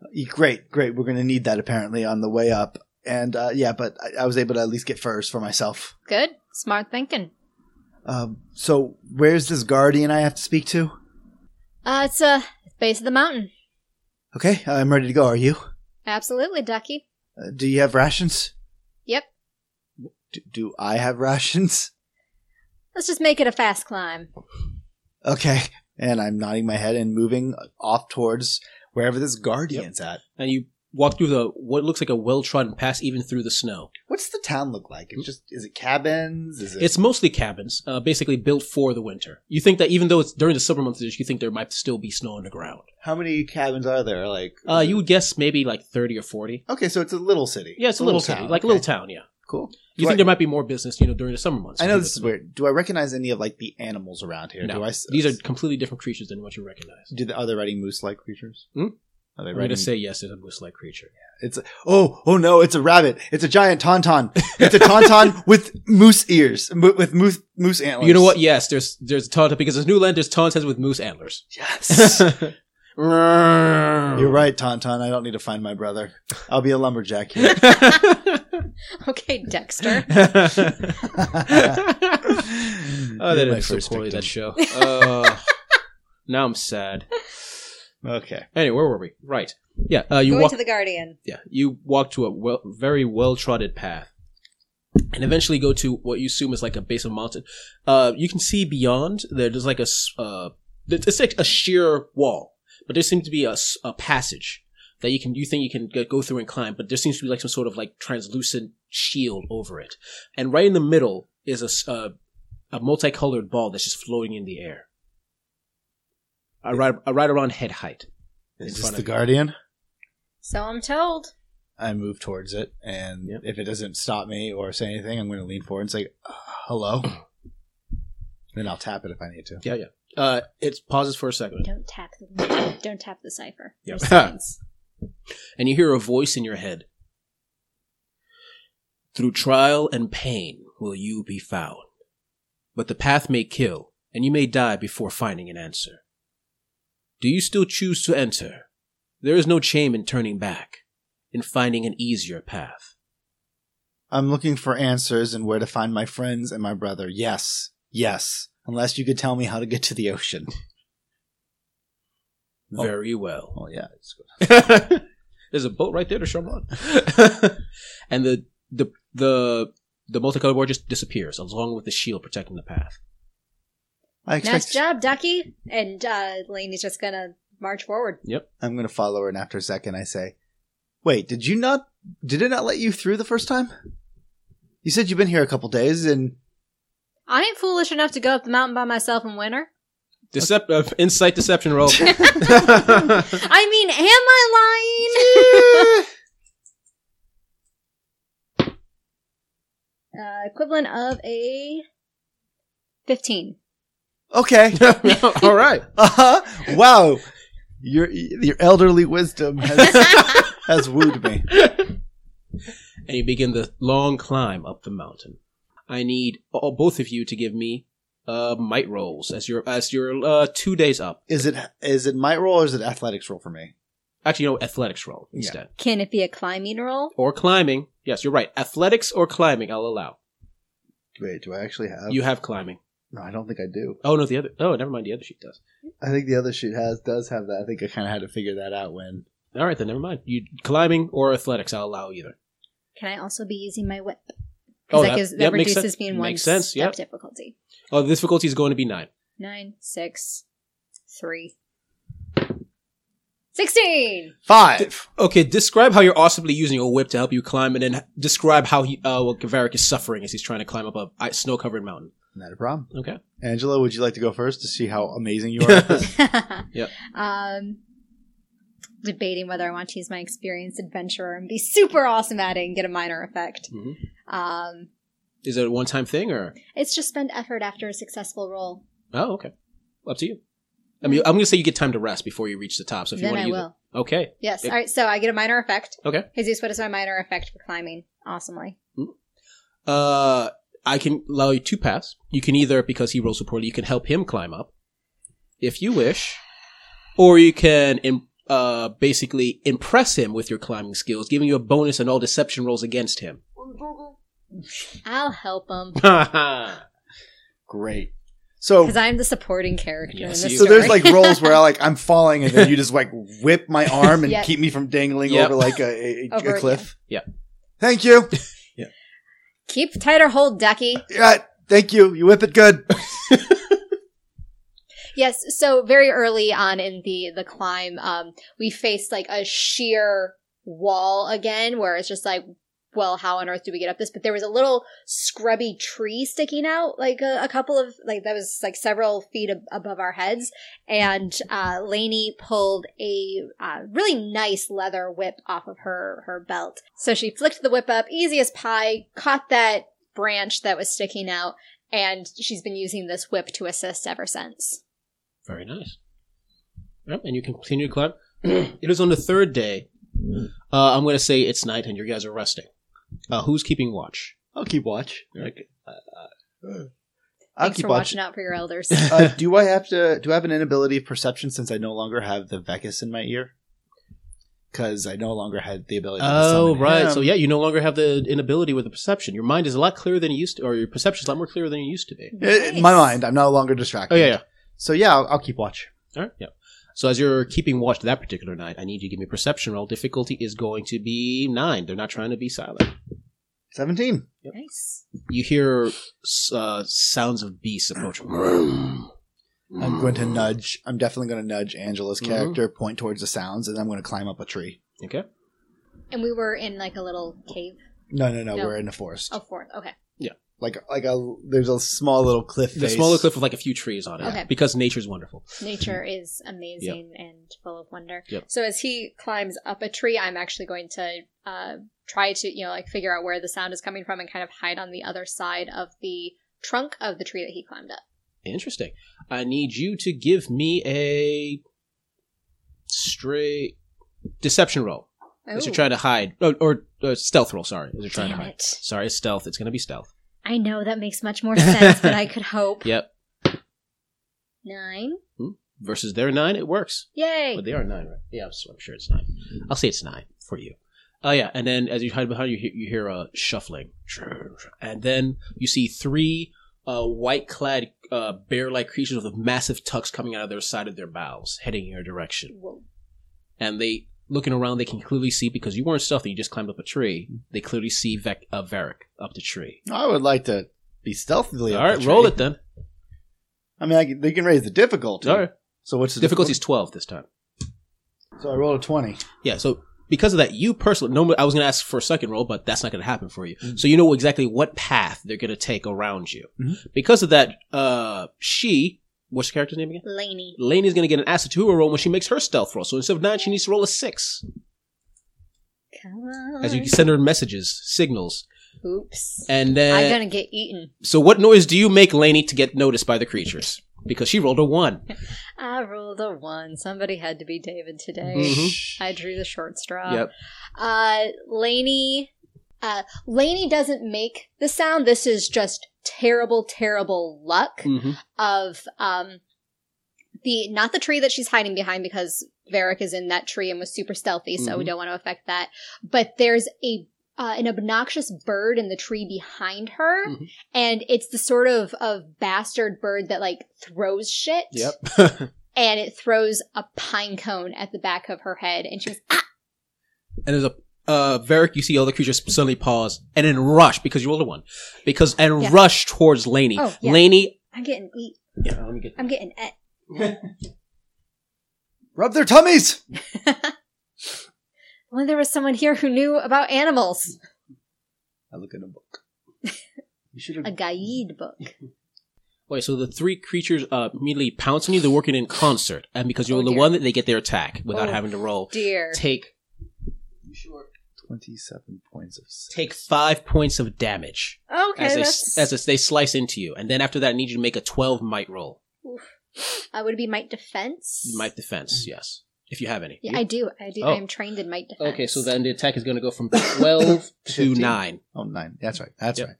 [SPEAKER 4] Y- E, Great, great. We're going to need that apparently on the way up. And uh, yeah, but I, I was able to at least get furs for myself.
[SPEAKER 3] Good. Smart thinking.
[SPEAKER 4] Um, so where's this guardian I have to speak to?
[SPEAKER 3] Uh, it's uh, base of the mountain.
[SPEAKER 4] Okay, I'm ready to go. Are you?
[SPEAKER 3] Absolutely, Ducky.
[SPEAKER 4] Uh, do you have rations?
[SPEAKER 3] Yep.
[SPEAKER 4] Do, do I have rations?
[SPEAKER 3] Let's just make it a fast climb.
[SPEAKER 4] Okay. And I'm nodding my head and moving off towards wherever this guardian's at.
[SPEAKER 1] And you walk through the what looks like a well trodden path, even through the snow.
[SPEAKER 4] What's the town look like? It's just is it cabins? Is it
[SPEAKER 1] It's mostly cabins, uh, basically built for the winter. You think that even though it's during the summer months, you think there might still be snow on the ground.
[SPEAKER 4] how many cabins are there? Like
[SPEAKER 1] Uh, you would guess maybe like thirty or forty.
[SPEAKER 4] Okay, so it's a little city.
[SPEAKER 1] Yeah, it's a little, town, like a
[SPEAKER 4] okay.
[SPEAKER 1] little town. Yeah,
[SPEAKER 4] Cool.
[SPEAKER 1] you
[SPEAKER 4] Do
[SPEAKER 1] think
[SPEAKER 4] I-
[SPEAKER 1] there might be more business, you know, during the summer months.
[SPEAKER 4] I know this is weird. Do I recognize any of like the animals around here?
[SPEAKER 1] No.
[SPEAKER 4] Do I? s-
[SPEAKER 1] These are completely different creatures than what you recognize.
[SPEAKER 4] Do the, are they riding moose-like creatures?
[SPEAKER 1] Hmm?
[SPEAKER 4] Are they
[SPEAKER 1] I'm going
[SPEAKER 4] riding?
[SPEAKER 1] to say yes, it's a moose-like creature.
[SPEAKER 4] oh, oh no! It's a rabbit! It's a giant tauntaun! It's a tauntaun with moose ears, mo- with moose moose antlers.
[SPEAKER 1] You know what? Yes, there's there's taunt because there's new land. There's taunt with moose antlers.
[SPEAKER 4] Yes, you're
[SPEAKER 1] You're
[SPEAKER 4] right, tauntaun. I don't need to find my brother. I'll be a lumberjack here.
[SPEAKER 1] Oh,
[SPEAKER 3] Okay, Dexter.
[SPEAKER 4] oh,
[SPEAKER 1] oh, that is so poorly that show. Uh, now I'm sad.
[SPEAKER 4] Okay.
[SPEAKER 1] Anyway, where were we? Right. Yeah. Uh, you
[SPEAKER 3] Going
[SPEAKER 1] walk.
[SPEAKER 3] to the Guardian.
[SPEAKER 1] yeah, you walk to a well, very well trodden path, and eventually go to what you assume is like a base of mountain. Uh, you can see beyond there- there's like a s- uh, it's it's like a sheer wall, but there seems to be a, s- a passage that you can you think you can g- go through and climb, but there seems to be like some sort of like translucent shield over it, and right in the middle is a s- uh, a multicolored ball that's just floating in the air. Uh, right, uh, right around head height.
[SPEAKER 4] Is
[SPEAKER 1] In
[SPEAKER 4] this
[SPEAKER 1] front
[SPEAKER 4] the
[SPEAKER 1] of you.
[SPEAKER 4] guardian?
[SPEAKER 3] So I'm told.
[SPEAKER 4] I move towards it, and
[SPEAKER 1] Yep.
[SPEAKER 4] if it doesn't stop me or say anything, I'm going to lean forward and say, uh, "Hello." then I'll tap it if I need to.
[SPEAKER 1] Yeah, yeah. Uh, it pauses for a second.
[SPEAKER 3] Don't tap the. Don't tap the cipher.
[SPEAKER 1] Yeah.
[SPEAKER 3] There's signs.
[SPEAKER 1] and you hear a voice in your head. Through trial and pain will you be found, but the path may kill, and you may die before finding an answer. Do you still choose to enter? There is no shame in turning back, in finding an easier path.
[SPEAKER 4] I'm looking for answers and where to find my friends and my brother. Yes, yes. Unless you could tell me how to get to the ocean. Oh.
[SPEAKER 1] Very well.
[SPEAKER 4] Oh yeah, it's good.
[SPEAKER 1] There's a boat right there to Shamron. and the the the the multicolored board just disappears along with the shield protecting the path.
[SPEAKER 4] I
[SPEAKER 3] Nice
[SPEAKER 4] expect
[SPEAKER 3] job, Ducky. And uh, Lainey's just gonna march forward.
[SPEAKER 4] I'm gonna follow her, and after a second, I say, "Wait, did you not? Did it not let you through the first time? You said you've been here a couple days, and
[SPEAKER 3] I ain't foolish enough to go up the mountain by myself in winter.
[SPEAKER 1] Decep- uh, insight deception roll.
[SPEAKER 3] I mean, am I lying? uh, equivalent of a fifteen.
[SPEAKER 4] okay,
[SPEAKER 1] All right.
[SPEAKER 4] uh huh, wow, your your elderly wisdom has has wooed me.
[SPEAKER 1] And you begin the long climb up the mountain. I need all, both of you to give me uh, might rolls as you're as you're uh, two days up.
[SPEAKER 4] Is it is it my role or is it athletics role for me?
[SPEAKER 1] Actually, you know, athletics roll
[SPEAKER 4] Yeah.
[SPEAKER 1] instead
[SPEAKER 3] Can it be a climbing roll?
[SPEAKER 1] or climbing. Yes, you're right. Athletics or climbing, I'll allow.
[SPEAKER 4] Wait, do I actually have?
[SPEAKER 1] You have climbing.
[SPEAKER 4] no, I don't think I do.
[SPEAKER 1] Oh no, the other. Oh, never mind. The other sheet does.
[SPEAKER 4] I think the other sheet has does have that. I think I kind of had to figure that out when.
[SPEAKER 1] All right, then never mind. You climbing or athletics, I'll allow either.
[SPEAKER 3] Can I also be using my whip? because
[SPEAKER 1] Oh,
[SPEAKER 3] that,
[SPEAKER 1] that-
[SPEAKER 3] gives, that
[SPEAKER 1] yep, makes
[SPEAKER 3] reduces
[SPEAKER 1] sen-
[SPEAKER 3] me in one
[SPEAKER 1] makes sense,
[SPEAKER 3] step
[SPEAKER 1] yep.
[SPEAKER 3] difficulty.
[SPEAKER 1] Oh, the difficulty is going to be nine.
[SPEAKER 3] Nine, six, three, sixteen.
[SPEAKER 4] Five.
[SPEAKER 1] Okay, describe how you're awesomely using your whip to help you climb, and then describe how he, uh, well, Kavarik is suffering as he's trying to climb up a i- snow-covered mountain.
[SPEAKER 4] Not a problem.
[SPEAKER 1] Okay.
[SPEAKER 4] Angela, would you like to go first to see how amazing you are? at this?
[SPEAKER 1] Yep.
[SPEAKER 3] Um, debating whether I want to use my experienced adventurer and be super awesome at it and get a minor effect.
[SPEAKER 1] Mhm.
[SPEAKER 3] Um,
[SPEAKER 1] Is it a one-time thing, or?
[SPEAKER 3] it's just spend effort after a successful roll.
[SPEAKER 1] Oh, okay. Up to you. I mean, I'm going to say you get time to rest before you reach the top, so if you
[SPEAKER 3] then
[SPEAKER 1] want
[SPEAKER 3] I
[SPEAKER 1] to use
[SPEAKER 3] will.
[SPEAKER 1] it. Okay.
[SPEAKER 3] Yes.
[SPEAKER 1] It-
[SPEAKER 3] All right. So I get a minor effect.
[SPEAKER 1] Okay.
[SPEAKER 3] Jesus, what is my minor effect for climbing? Awesomely.
[SPEAKER 1] Uh, I can allow you two paths. You can either, because he rolls so poorly, you can help him climb up, if you wish, or you can im- uh, basically impress him with your climbing skills, giving you a bonus on all deception rolls against him.
[SPEAKER 3] I'll help him
[SPEAKER 4] Great. So,
[SPEAKER 3] because I'm the supporting character
[SPEAKER 1] Yes,
[SPEAKER 3] in this
[SPEAKER 1] you-
[SPEAKER 4] so there's
[SPEAKER 3] story.
[SPEAKER 4] like rolls where I like I'm falling and then you just like whip my arm and
[SPEAKER 3] Yep.
[SPEAKER 4] keep me from dangling
[SPEAKER 1] Yep.
[SPEAKER 4] over like a, a, a
[SPEAKER 3] Over,
[SPEAKER 4] cliff.
[SPEAKER 1] yeah.
[SPEAKER 4] Thank you.
[SPEAKER 3] keep tighter hold, ducky.
[SPEAKER 4] Yeah. Thank you. You whip it good.
[SPEAKER 3] Yes, so very early on in the the climb, um, we faced like a sheer wall again, where it's just like, well, how on earth do we get up this? But there was a little scrubby tree sticking out, like a, a couple of like that was like several feet ab- above our heads, and uh, Lainey pulled a uh, really nice leather whip off of her her belt. So she flicked the whip up, easy as pie, caught that branch that was sticking out. And she's been using this whip to assist ever since.
[SPEAKER 1] Very nice. Yep, and you can continue to climb. it is on the third day. Uh, I'm going to say it's night and you guys are resting. Uh, who's keeping watch? uh,
[SPEAKER 4] I'll keep watch.
[SPEAKER 1] Okay.
[SPEAKER 4] I'll
[SPEAKER 3] Thanks
[SPEAKER 4] keep
[SPEAKER 3] for
[SPEAKER 4] watch.
[SPEAKER 3] watching out for your elders.
[SPEAKER 4] uh, do I have to? Do I have an inability of perception since I no longer have the Vecus in my ear? Because I no longer had the ability. To
[SPEAKER 1] Oh,
[SPEAKER 4] summon
[SPEAKER 1] right.
[SPEAKER 4] him.
[SPEAKER 1] So, yeah, you no longer have the inability with the perception. Your mind is a lot clearer than it used to, or your perception is a lot more clearer than it used to be.
[SPEAKER 4] I- my mind. I'm no longer distracted.
[SPEAKER 1] Oh, yeah, yeah.
[SPEAKER 4] So yeah, I'll, I'll keep watch.
[SPEAKER 1] All right, yeah. So, as you're keeping watch that particular night, I need you to give me a perception roll. Difficulty is going to be nine. They're not trying to be silent.
[SPEAKER 4] Seventeen.
[SPEAKER 3] Nice.
[SPEAKER 1] You hear s- uh, sounds of beasts approaching.
[SPEAKER 4] I'm going
[SPEAKER 1] Mm.
[SPEAKER 4] to nudge. I'm definitely going to nudge Angela's
[SPEAKER 1] Mhm.
[SPEAKER 4] character, point towards the sounds, and I'm going to climb up a tree.
[SPEAKER 1] Okay.
[SPEAKER 3] And we were in like a little cave.
[SPEAKER 4] No, no, no.
[SPEAKER 3] No.
[SPEAKER 4] We're in the forest.
[SPEAKER 3] Oh, fort. Okay.
[SPEAKER 4] Like, like a there's a small little cliff.
[SPEAKER 1] The
[SPEAKER 4] face.
[SPEAKER 1] smaller cliff with like a few trees on it.
[SPEAKER 3] Okay.
[SPEAKER 1] Because nature's wonderful.
[SPEAKER 3] Nature is amazing and full of wonder.
[SPEAKER 1] Yep.
[SPEAKER 3] So as he climbs up a tree, I'm actually going to uh, try to you know like figure out where the sound is coming from and kind of hide on the other side of the trunk of the tree that he climbed up.
[SPEAKER 1] Interesting. I need you to give me a straight deception roll. As you're
[SPEAKER 3] Ooh,
[SPEAKER 1] trying to hide, or, or, uh, stealth roll. Sorry, as you're trying
[SPEAKER 3] Oh. damn
[SPEAKER 1] to hide.
[SPEAKER 3] it.
[SPEAKER 1] Sorry, it's stealth. It's gonna be stealth.
[SPEAKER 3] I know that makes much more sense than I could hope.
[SPEAKER 1] Yep.
[SPEAKER 3] Nine.
[SPEAKER 1] Versus their nine, it works.
[SPEAKER 3] Yay.
[SPEAKER 1] But they are nine, right? Yeah, I'm, so I'm sure it's nine. I'll say it's nine for you. Oh yeah, and then as you hide behind you, hear- you hear a shuffling, and then you see three uh, white-clad, uh, bear-like creatures with massive tucks coming out of their side of their bows, heading in your direction.
[SPEAKER 3] Whoa.
[SPEAKER 1] And they looking around, they can clearly see because you weren't stealthy. You just climbed up a tree. They clearly see Vec- uh, Varric up the tree.
[SPEAKER 4] I would like to be stealthily. up
[SPEAKER 1] All
[SPEAKER 4] a
[SPEAKER 1] right,
[SPEAKER 4] tree.
[SPEAKER 1] roll it then.
[SPEAKER 4] I mean, I can, they can raise the difficulty.
[SPEAKER 1] All right,
[SPEAKER 4] So what's the
[SPEAKER 1] difficulty's twelve this time.
[SPEAKER 4] difficulty? So I rolled a twenty.
[SPEAKER 1] Yeah, so because of that, you personally, no, I was going to ask for a second roll, but that's not going to happen for you. So you know exactly what path they're going to take around you.
[SPEAKER 4] Mhm.
[SPEAKER 1] Because of that, uh, she, what's the character's name again?
[SPEAKER 3] Laney.
[SPEAKER 1] Laney's going to get an Asatura roll when she makes her stealth roll. So instead of nine, she needs to roll a six.
[SPEAKER 3] Come on.
[SPEAKER 1] As you send her messages, signals,
[SPEAKER 3] Oops.
[SPEAKER 1] and then.
[SPEAKER 3] I'm gonna get eaten.
[SPEAKER 1] so what noise do you make, Laney, to get noticed by the creatures? Because she rolled a one.
[SPEAKER 3] I rolled a one. Somebody had to be David today.
[SPEAKER 1] Mhm.
[SPEAKER 3] I drew the short straw.
[SPEAKER 1] yep.
[SPEAKER 3] Uh, Laney. Uh, Laney doesn't make the sound. This is just terrible, terrible luck
[SPEAKER 1] hmm
[SPEAKER 3] of um the not the tree that she's hiding behind because Varric is in that tree and was super stealthy, so we
[SPEAKER 1] Mhm.
[SPEAKER 3] don't want to affect that. But there's a uh, an obnoxious bird in the tree behind her,
[SPEAKER 1] Mhm.
[SPEAKER 3] and it's the sort of of bastard bird that like throws shit
[SPEAKER 1] Yep.
[SPEAKER 3] and it throws a pine cone at the back of her head, and she was ah,
[SPEAKER 1] and there's a uh, Varric, you see all the creatures suddenly pause and then rush because you rolled a one, because and
[SPEAKER 3] Yeah.
[SPEAKER 1] rush towards Laney.
[SPEAKER 3] Oh, yeah.
[SPEAKER 1] Laney,
[SPEAKER 3] I'm getting eat.
[SPEAKER 1] yeah, let me get
[SPEAKER 3] I'm getting et.
[SPEAKER 4] Rub their tummies.
[SPEAKER 3] When there was someone here who knew about animals,
[SPEAKER 4] I look in a book. You should
[SPEAKER 3] a
[SPEAKER 4] have.
[SPEAKER 3] guide book.
[SPEAKER 1] Wait, so the three creatures uh, immediately pounce on you. They're working in concert, and because you're
[SPEAKER 3] Oh,
[SPEAKER 1] the
[SPEAKER 3] dear.
[SPEAKER 1] one, that they get their attack without
[SPEAKER 3] Oh,
[SPEAKER 1] having to roll.
[SPEAKER 3] Dear,
[SPEAKER 1] Take
[SPEAKER 4] Twenty-seven points of. s-
[SPEAKER 1] take five points of damage
[SPEAKER 3] okay,
[SPEAKER 1] as they
[SPEAKER 3] that's,
[SPEAKER 1] as they slice into you, and then after that, I need you to make a twelve might roll.
[SPEAKER 3] uh, would it be might defense?
[SPEAKER 1] Might defense, yes, if you have any.
[SPEAKER 3] Mm. Yeah, I do. I do.
[SPEAKER 1] Oh.
[SPEAKER 3] I am trained in might defense.
[SPEAKER 1] okay, so then the attack is going to go from twelve to
[SPEAKER 4] Fifteen.
[SPEAKER 1] nine.
[SPEAKER 4] Oh, nine. That's right. That's
[SPEAKER 1] Yep.
[SPEAKER 4] right.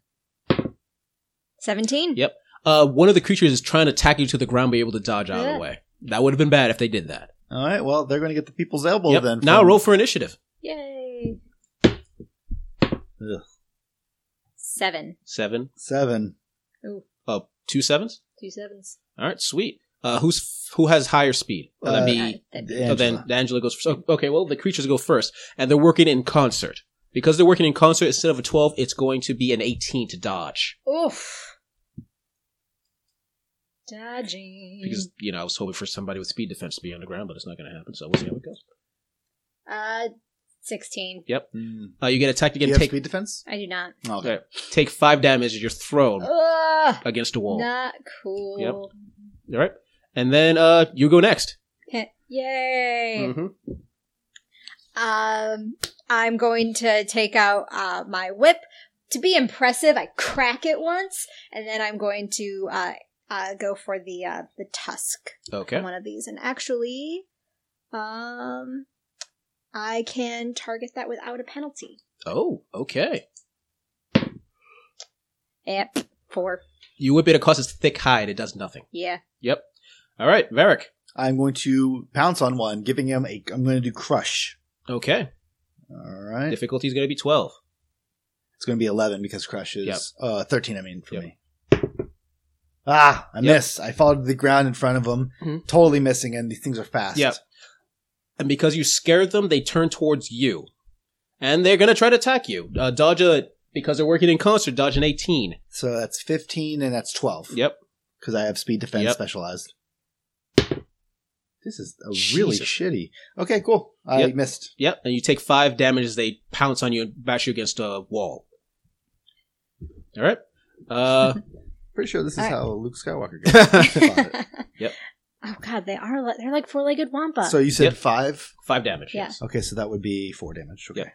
[SPEAKER 3] seventeen.
[SPEAKER 1] Yeah. Uh, one of the creatures is trying to tackle you to the ground, but you're able to dodge out of
[SPEAKER 3] Yeah.
[SPEAKER 1] the way. That would have been bad if they did that.
[SPEAKER 4] All right. Well, they're going to get the people's elbow
[SPEAKER 1] Yep.
[SPEAKER 4] then.
[SPEAKER 1] now
[SPEAKER 4] from-
[SPEAKER 1] roll for initiative.
[SPEAKER 3] Yay.
[SPEAKER 4] Ugh.
[SPEAKER 3] Seven.
[SPEAKER 1] Seven.
[SPEAKER 4] seven.
[SPEAKER 1] Oh, two sevens.
[SPEAKER 3] Two sevens.
[SPEAKER 1] All right, sweet. Uh, who's who has higher speed? Uh, that'd
[SPEAKER 4] Uh,
[SPEAKER 1] be
[SPEAKER 3] Uh, that'd be-
[SPEAKER 1] So then Angela goes first. Oh, Okay, well, the creatures go first, and they're working in concert. Because they're working in concert, instead of a 12, it's going to be an 18 to dodge.
[SPEAKER 3] Oof. Dodging.
[SPEAKER 1] Because, you know, I was hoping for somebody with speed defense to be on the ground, but it's not going to happen, so we'll see how it goes.
[SPEAKER 3] uh, sixteen.
[SPEAKER 4] Mm.
[SPEAKER 1] Uh, you get attacked
[SPEAKER 4] Do
[SPEAKER 1] again,
[SPEAKER 4] you have
[SPEAKER 1] take,
[SPEAKER 4] speed defense?
[SPEAKER 3] I do not.
[SPEAKER 4] Okay.
[SPEAKER 1] take five damage as you're thrown
[SPEAKER 3] Oh. Ugh,
[SPEAKER 1] against a wall.
[SPEAKER 3] not cool.
[SPEAKER 1] All right? And then uh, you go next.
[SPEAKER 3] Yay.
[SPEAKER 1] hmm
[SPEAKER 3] Um, I'm going to take out uh, my whip. To be impressive, I crack it once, and then I'm going to uh, uh, go for the uh, the tusk
[SPEAKER 1] Okay.
[SPEAKER 3] on one of these. And actually, um, I can target that without a penalty.
[SPEAKER 1] Oh, okay.
[SPEAKER 3] Yep, four.
[SPEAKER 1] You whip it across its thick hide. It does nothing.
[SPEAKER 3] Yeah.
[SPEAKER 1] Yep. All right, Varric.
[SPEAKER 4] I'm going to pounce on one, giving him a. I'm going to do crush.
[SPEAKER 1] Okay.
[SPEAKER 4] All right.
[SPEAKER 1] Difficulty is going to be 12.
[SPEAKER 4] It's going to be 11 because crush is
[SPEAKER 1] Yep.
[SPEAKER 4] uh, 13, I mean, for
[SPEAKER 1] Yep.
[SPEAKER 4] me. Ah, I
[SPEAKER 1] Yep.
[SPEAKER 4] miss. I fall to the ground in front of him,
[SPEAKER 1] Mhm.
[SPEAKER 4] totally missing, and these things are fast.
[SPEAKER 1] Yep. and because you scared them, they turn towards you, and they're gonna try to attack you. Uh, dodge a because they're working in concert. Dodge an eighteen.
[SPEAKER 4] So that's 15 and that's 12.
[SPEAKER 1] Yep.
[SPEAKER 4] Because I have speed defense
[SPEAKER 1] Yep.
[SPEAKER 4] specialized. This is a really
[SPEAKER 1] Jesus.
[SPEAKER 4] shitty. Okay, cool. I
[SPEAKER 1] Yep.
[SPEAKER 4] missed.
[SPEAKER 1] Yep. And you take five damage as they pounce on you and bash you against a wall. All right. Uh,
[SPEAKER 4] Pretty sure this is
[SPEAKER 3] Alright.
[SPEAKER 4] how Luke Skywalker goes.
[SPEAKER 1] Yep.
[SPEAKER 3] Oh God, they are li- they're like four legged wampa.
[SPEAKER 4] so you said
[SPEAKER 1] Yep.
[SPEAKER 4] five?
[SPEAKER 1] five damage.
[SPEAKER 3] Yeah.
[SPEAKER 1] Yes.
[SPEAKER 4] Okay, so that would be four damage. Okay.
[SPEAKER 1] Yep.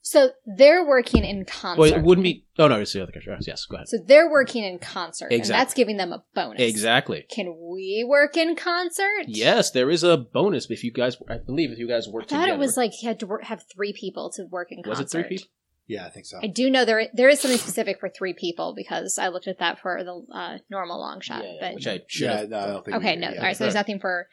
[SPEAKER 3] so they're working in concert.
[SPEAKER 1] Well, it wouldn't be. Oh no, it's the other creature. Yes. Go ahead.
[SPEAKER 3] So they're working in concert,
[SPEAKER 1] Exactly.
[SPEAKER 3] and that's giving them a bonus.
[SPEAKER 1] Exactly.
[SPEAKER 3] Can we work in concert?
[SPEAKER 1] Yes, there is a bonus if you guys. I believe if you guys work
[SPEAKER 3] I thought
[SPEAKER 1] together.
[SPEAKER 3] it was like you had to wor- have three people to work in
[SPEAKER 1] Was
[SPEAKER 3] concert.
[SPEAKER 1] it three people?
[SPEAKER 4] Yeah, I think so.
[SPEAKER 3] I do know there there is something specific for three people because I looked at that for the uh, normal long shot.
[SPEAKER 1] Yeah, yeah,
[SPEAKER 3] but
[SPEAKER 1] which I should.
[SPEAKER 4] yeah,
[SPEAKER 1] have.
[SPEAKER 4] no, I don't think Oh, we
[SPEAKER 3] okay,
[SPEAKER 4] do,
[SPEAKER 3] no,
[SPEAKER 4] yeah.
[SPEAKER 3] all right. So there's nothing for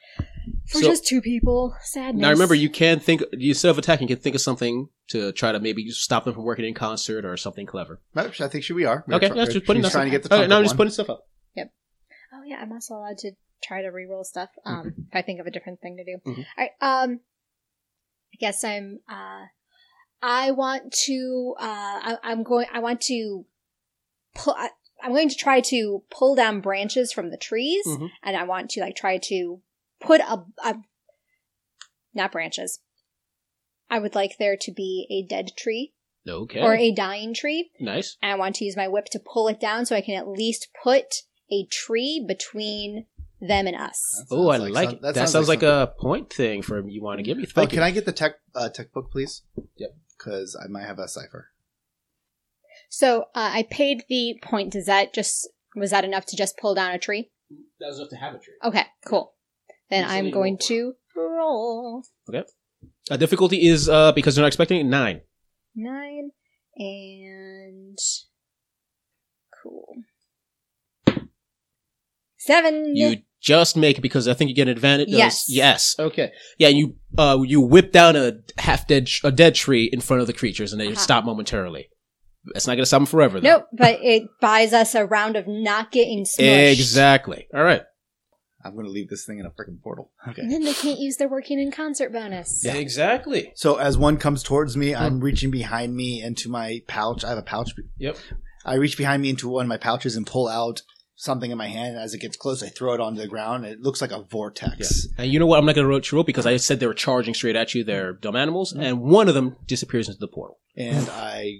[SPEAKER 3] for
[SPEAKER 1] So-
[SPEAKER 3] just two people. Sadness.
[SPEAKER 1] Now remember, you can think instead of attacking, you can think of something to try to maybe stop them from working in concert or something clever.
[SPEAKER 4] No, I think she we are. We
[SPEAKER 1] okay,
[SPEAKER 4] are try-
[SPEAKER 1] that's just putting
[SPEAKER 4] she's
[SPEAKER 1] stuff.
[SPEAKER 4] trying to get the
[SPEAKER 1] okay,
[SPEAKER 4] trumpet
[SPEAKER 1] now I'm just
[SPEAKER 4] one.
[SPEAKER 1] putting stuff up.
[SPEAKER 3] Oh yeah, I'm also allowed to try to reroll stuff. Um, if I think of a different thing to do.
[SPEAKER 1] Mhm.
[SPEAKER 3] All right. Um, I guess I'm. Uh, I want to. Uh, I, I'm going. I want to. Pull. I, I'm going to try to pull down branches from the trees,
[SPEAKER 1] Mhm.
[SPEAKER 3] and I want to like try to put a, a. Not branches. I would like there to be a dead tree
[SPEAKER 1] Okay,
[SPEAKER 3] or a dying tree,
[SPEAKER 1] nice.
[SPEAKER 3] and I want to use my whip to pull it down so I can at least put a tree between them and us.
[SPEAKER 1] Oh, I
[SPEAKER 4] Sounds
[SPEAKER 1] like,
[SPEAKER 4] some-
[SPEAKER 1] it. That, sounds like, a point thing for you want to give me.
[SPEAKER 4] something.
[SPEAKER 1] Thank
[SPEAKER 4] Hey, can I get the tech uh, tech book, please?
[SPEAKER 1] Yep.
[SPEAKER 4] Because I might have a cipher.
[SPEAKER 3] So uh, I paid the point. Does that just was that enough to just pull down a tree?
[SPEAKER 1] you. That was enough to have a tree.
[SPEAKER 3] Okay, cool. Then
[SPEAKER 1] You still
[SPEAKER 3] I'm
[SPEAKER 1] need to
[SPEAKER 3] going
[SPEAKER 1] roll for
[SPEAKER 3] to roll
[SPEAKER 1] Uh, difficulty is uh, because they're not expecting it, nine.
[SPEAKER 3] nine and cool seven.
[SPEAKER 1] You just make it because I think you get an advantage.
[SPEAKER 3] Yes.
[SPEAKER 1] Yes. Okay. Yeah. You uh, you whip down a half dead a dead tree in front of the creatures, and they
[SPEAKER 3] Uh-huh.
[SPEAKER 1] stop momentarily. That's not going to stop them forever, though.
[SPEAKER 3] nope, but it buys us a round of not getting smushed.
[SPEAKER 1] Exactly. All right.
[SPEAKER 4] I'm going to leave this thing in a freaking portal. Okay.
[SPEAKER 3] And then they can't use their working in concert bonus.
[SPEAKER 1] Exactly.
[SPEAKER 4] So as one comes towards
[SPEAKER 1] Hmm.
[SPEAKER 4] me, I'm reaching behind me into my pouch. I have a pouch.
[SPEAKER 1] Yep.
[SPEAKER 4] I reach behind me into one of my pouches and pull out something in my hand. As it gets close, I throw it onto the ground. It looks like a vortex.
[SPEAKER 1] And you know what? I'm not going to roach your rope because I said they were charging straight at you. They're dumb animals, and one of them disappears into the portal.
[SPEAKER 4] And I,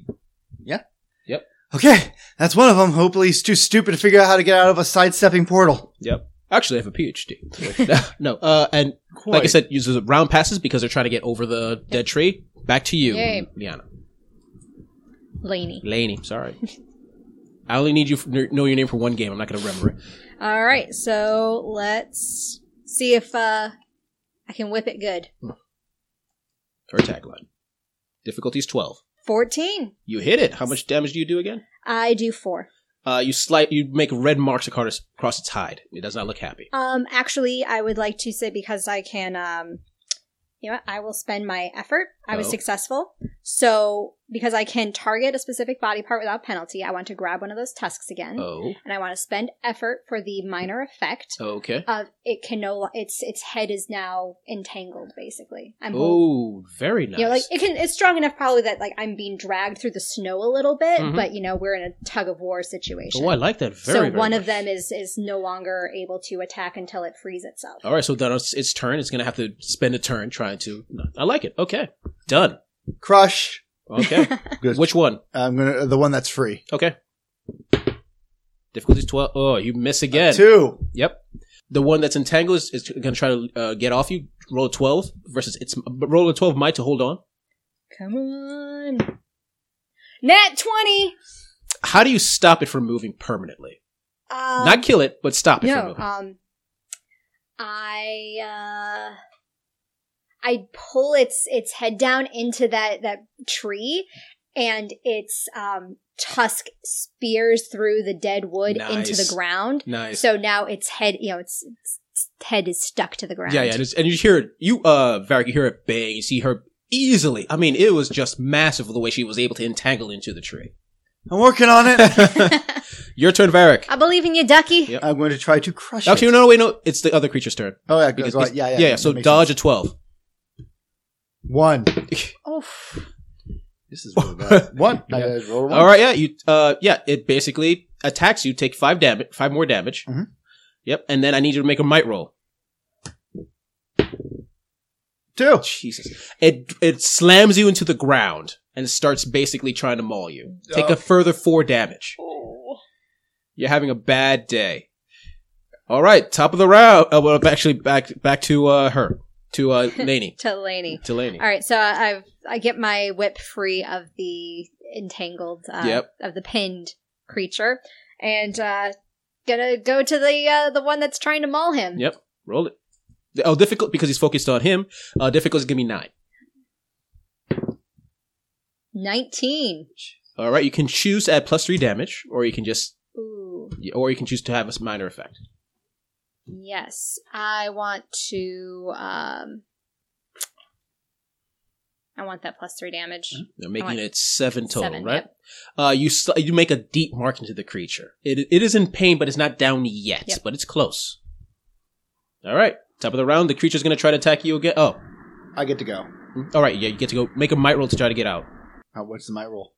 [SPEAKER 4] yeah.
[SPEAKER 1] Yep.
[SPEAKER 4] Okay. That's one of them. Hopefully he's too stupid to figure out how to get out of a sidestepping portal.
[SPEAKER 1] Yep. Actually, I have a PhD. no, uh, and like I
[SPEAKER 4] Quite.
[SPEAKER 1] said, uses round passes because they're trying to get over the dead tree. Back to you,
[SPEAKER 3] Yay.
[SPEAKER 1] Liana.
[SPEAKER 3] Laney.
[SPEAKER 1] Laney, sorry. I only need you f- know your name for one game. I'm not going to remember it.
[SPEAKER 3] All right, so let's see if uh, I can whip it good.
[SPEAKER 1] Her tagline. Difficulty's 12.
[SPEAKER 3] 14.
[SPEAKER 1] You hit it. How much damage do you do again?
[SPEAKER 3] I do four.
[SPEAKER 1] Uh, you slight. You make red marks across, across its hide. It does not look happy.
[SPEAKER 3] Um, actually, I would like to say because I can, um, you know, what? I will spend my effort. I was
[SPEAKER 1] Oh.
[SPEAKER 3] successful, so because I can target a specific body part without penalty, I want to grab one of those tusks again,
[SPEAKER 1] Oh,
[SPEAKER 3] and I want to spend effort for the minor effect.
[SPEAKER 1] okay.
[SPEAKER 3] Of it can no, lo- its its head is now entangled. Basically, I'm
[SPEAKER 1] Oh,
[SPEAKER 3] holding
[SPEAKER 1] very nice.
[SPEAKER 3] You know, Mm-hmm. like it can. It's strong enough, probably that like I'm being dragged through the snow a little bit,
[SPEAKER 1] Mhm.
[SPEAKER 3] but you know we're in a tug of war situation.
[SPEAKER 1] oh, I like that very.
[SPEAKER 3] so
[SPEAKER 1] very
[SPEAKER 3] one
[SPEAKER 1] much.
[SPEAKER 3] of them is is no longer able to attack until it frees itself.
[SPEAKER 1] All right, so then it's, its turn. It's going to have to spend a turn trying to. no, I like it. Okay, done.
[SPEAKER 4] Crush.
[SPEAKER 1] Okay,
[SPEAKER 4] Good.
[SPEAKER 1] which one?
[SPEAKER 4] I'm going to, the one that's free.
[SPEAKER 1] Okay. Difficulty's twelve. Oh, you miss again.
[SPEAKER 4] Two.
[SPEAKER 1] Yep. The one that's entangled is, is going to try to uh, get off you. Roll a twelve versus its but roll a twelve might to hold on.
[SPEAKER 3] Come on, net twenty.
[SPEAKER 1] How do you stop it from moving permanently?
[SPEAKER 3] Um,
[SPEAKER 1] Not kill it, but stop it from
[SPEAKER 3] no.
[SPEAKER 1] moving.
[SPEAKER 3] Um, I uh, I pull its its head down into that that tree, and its um tusk spears through the dead wood into
[SPEAKER 1] Nice.
[SPEAKER 3] the ground.
[SPEAKER 1] nice.
[SPEAKER 3] So now its head, you know, its, its, its head is stuck to the ground.
[SPEAKER 1] Yeah, yeah, and, it's, and you hear it. You, uh, Varric, you hear it bang. You see her easily. I mean, it was just massive the way she was able to entangle into the tree.
[SPEAKER 4] I'm working on it.
[SPEAKER 1] Your turn, Varric.
[SPEAKER 3] I believe in you, Ducky.
[SPEAKER 1] Yep.
[SPEAKER 4] I'm going to try to
[SPEAKER 3] Uh,
[SPEAKER 4] crush
[SPEAKER 1] Actually,
[SPEAKER 4] it.
[SPEAKER 1] no, no, wait, no. It's the other creature's turn.
[SPEAKER 4] Oh, yeah,
[SPEAKER 1] Because
[SPEAKER 4] go ahead.
[SPEAKER 1] it's-
[SPEAKER 4] yeah, yeah.
[SPEAKER 1] yeah.
[SPEAKER 4] that
[SPEAKER 1] so
[SPEAKER 4] makes
[SPEAKER 1] dodge
[SPEAKER 4] sense.
[SPEAKER 1] a twelve.
[SPEAKER 4] One.
[SPEAKER 3] Oof.
[SPEAKER 4] This is really bad. One. I
[SPEAKER 1] Yeah.
[SPEAKER 4] gotta roll one.
[SPEAKER 1] All right, yeah, you, uh, yeah. It basically attacks you. Take five damage, five more damage.
[SPEAKER 4] Mhm.
[SPEAKER 1] Yep, and then I need you to make a might roll.
[SPEAKER 4] Two.
[SPEAKER 1] Jesus, it it slams you into the ground and starts basically trying to maul you. Take a further four damage. You're having a bad day. All right, top of the round. Uh, well, actually, back back to uh, her, to uh, Laney,
[SPEAKER 3] To Laney.
[SPEAKER 1] to Laney.
[SPEAKER 3] All right, so I- I've I get my whip free of the entangled, uh,
[SPEAKER 1] Yep.
[SPEAKER 3] of the pinned creature, and uh, gonna go to the uh, the one that's trying to maul him.
[SPEAKER 1] Yep. Roll it. Oh, difficult because he's focused on him. Uh, difficult is gonna be nine.
[SPEAKER 3] Nineteen.
[SPEAKER 1] All right, you can choose to add plus three damage, or you can just,
[SPEAKER 3] Ooh.
[SPEAKER 1] or you can choose to have a minor effect.
[SPEAKER 3] Yes, I want to. Um, I want that plus three damage.
[SPEAKER 1] Now, making
[SPEAKER 3] want
[SPEAKER 1] it seven total,
[SPEAKER 3] seven,
[SPEAKER 1] right? Uh, you s you make a deep mark into the creature. It it is in pain, but it's not down yet.
[SPEAKER 3] Yep.
[SPEAKER 1] But it's close. All right, top of the round. The creature's gonna try to attack you again. Oh, mm,
[SPEAKER 4] I get to go.
[SPEAKER 1] all right. Yeah, you get to go make a might roll to try to get out.
[SPEAKER 4] How, what's my roll?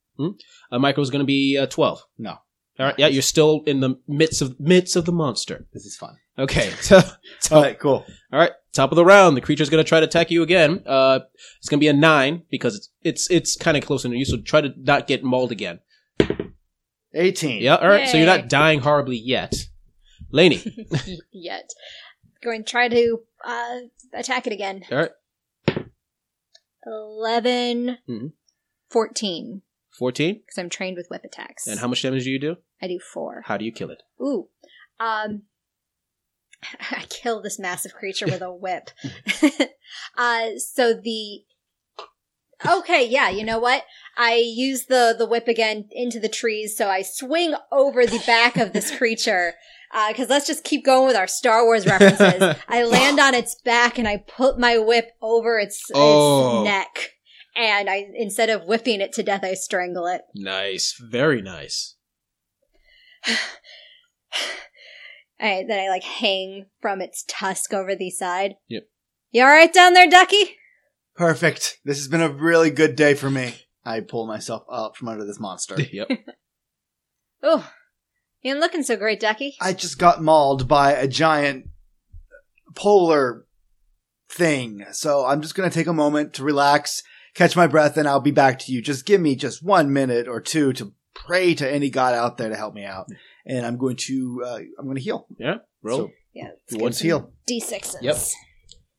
[SPEAKER 1] Uh, Micro's gonna be uh, twelve.
[SPEAKER 4] No.
[SPEAKER 1] All right. Yeah, you're still in the midst of midst of the monster.
[SPEAKER 4] This is fun.
[SPEAKER 1] Okay. So, Oh.
[SPEAKER 4] All right, cool.
[SPEAKER 1] all right. Top of the round. The creature's gonna try to attack you again. Uh, it's gonna be a nine because it's it's it's kind of close to you. So try to not get mauled again.
[SPEAKER 4] 18.
[SPEAKER 1] Yeah. All right. So you're
[SPEAKER 3] Yay.
[SPEAKER 1] not dying horribly yet, Laney.
[SPEAKER 3] y- yet. Going to try to uh, attack it again.
[SPEAKER 1] All right.
[SPEAKER 3] 11,
[SPEAKER 1] Mhm.
[SPEAKER 3] 14,
[SPEAKER 1] Fourteen.
[SPEAKER 3] because I'm trained with whip attacks.
[SPEAKER 1] And how much damage do you do?
[SPEAKER 3] I do four.
[SPEAKER 1] How do you kill it?
[SPEAKER 3] Ooh. Um, I kill this massive creature with a whip. uh, so the. Okay, yeah, you know what? I use the the whip again into the trees, so I swing over the back of this creature. Because let's just keep going with our Star Wars references. I land on its back and I put my whip over its,
[SPEAKER 1] Oh.
[SPEAKER 3] its neck. And I, instead of whipping it to death, I strangle it.
[SPEAKER 1] Nice. Very nice.
[SPEAKER 3] I I, that I like hang from its tusk over the side.
[SPEAKER 1] Yep.
[SPEAKER 3] You all right down there, Ducky?
[SPEAKER 4] Perfect. This has been a really good day for me. I pull myself up from under this monster.
[SPEAKER 1] yep.
[SPEAKER 3] Oh, you ain't looking so great, Ducky.
[SPEAKER 4] I just got mauled by a giant polar thing. So I'm just going to take a moment to relax, catch my breath, and I'll be back to you. Just give me just one minute or two to pray to any god out there to help me out. And I'm going to, uh, I'm going to heal.
[SPEAKER 1] Yeah. Roll.
[SPEAKER 4] So,
[SPEAKER 3] yeah,
[SPEAKER 1] You want
[SPEAKER 4] Let's
[SPEAKER 1] to?
[SPEAKER 4] heal.
[SPEAKER 3] D6s.
[SPEAKER 1] Yep.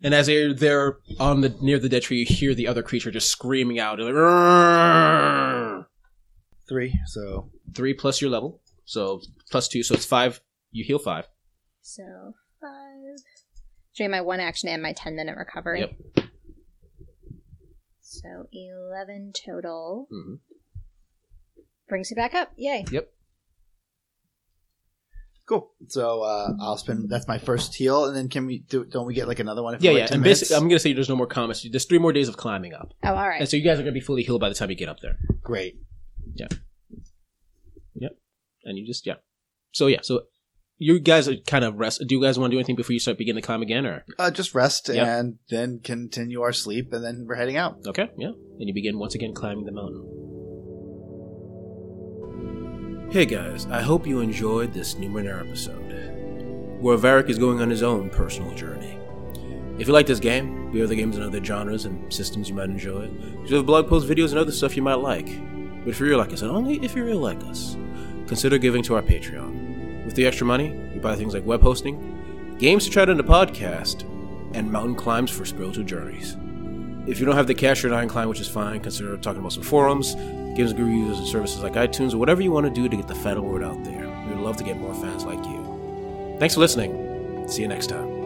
[SPEAKER 1] And as they're, they're on the near the dead tree, you hear the other creature just screaming out. Like, "Rrrr."
[SPEAKER 4] Three. So
[SPEAKER 1] Three plus your level, so plus two, so it's five. You heal five.
[SPEAKER 3] So five. Drain my one action and my ten minute recovery.
[SPEAKER 1] Yep.
[SPEAKER 3] So eleven total
[SPEAKER 1] hmm
[SPEAKER 3] brings you back up. Yay!
[SPEAKER 4] cool. So uh, I'll spend, that's my first heal. And then can we do, don't we get like another one? If
[SPEAKER 1] Yeah,
[SPEAKER 4] we wait
[SPEAKER 1] yeah.
[SPEAKER 4] 10
[SPEAKER 1] And um,
[SPEAKER 4] minutes?
[SPEAKER 1] basically, I'm gonna say there's no more comments. There's three more days of climbing up,
[SPEAKER 3] Oh, all
[SPEAKER 1] and
[SPEAKER 3] right.
[SPEAKER 1] so you guys are gonna be fully healed by the time you get up there.
[SPEAKER 4] Great.
[SPEAKER 1] And you just yeah. So yeah, so you guys are kind of rest. Do you guys want to do anything before you start begin to climb again, or
[SPEAKER 4] Uh, just rest
[SPEAKER 1] Yep.
[SPEAKER 4] and then continue our sleep. And then we're heading out.
[SPEAKER 1] okay, yeah? And you begin once again climbing the mountain.
[SPEAKER 2] Hey guys, I hope you enjoyed this Numenera episode, where Varric is going on his own personal journey. If you like this game, we have other games in other genres and systems you might enjoy. We have blog posts, videos, and other stuff you might like. But if you're like us, and only if you're like us, consider giving to our Patreon. With the extra money, we buy things like web hosting, games to try out in the podcast, and mountain climbs for spiritual journeys. If you don't have the cash or nine client, which is fine, consider talking about some forums, games guru users and services like iTunes, or whatever you want to do to get the final word out there. We would love to get more fans like you. Thanks for listening. See you next time.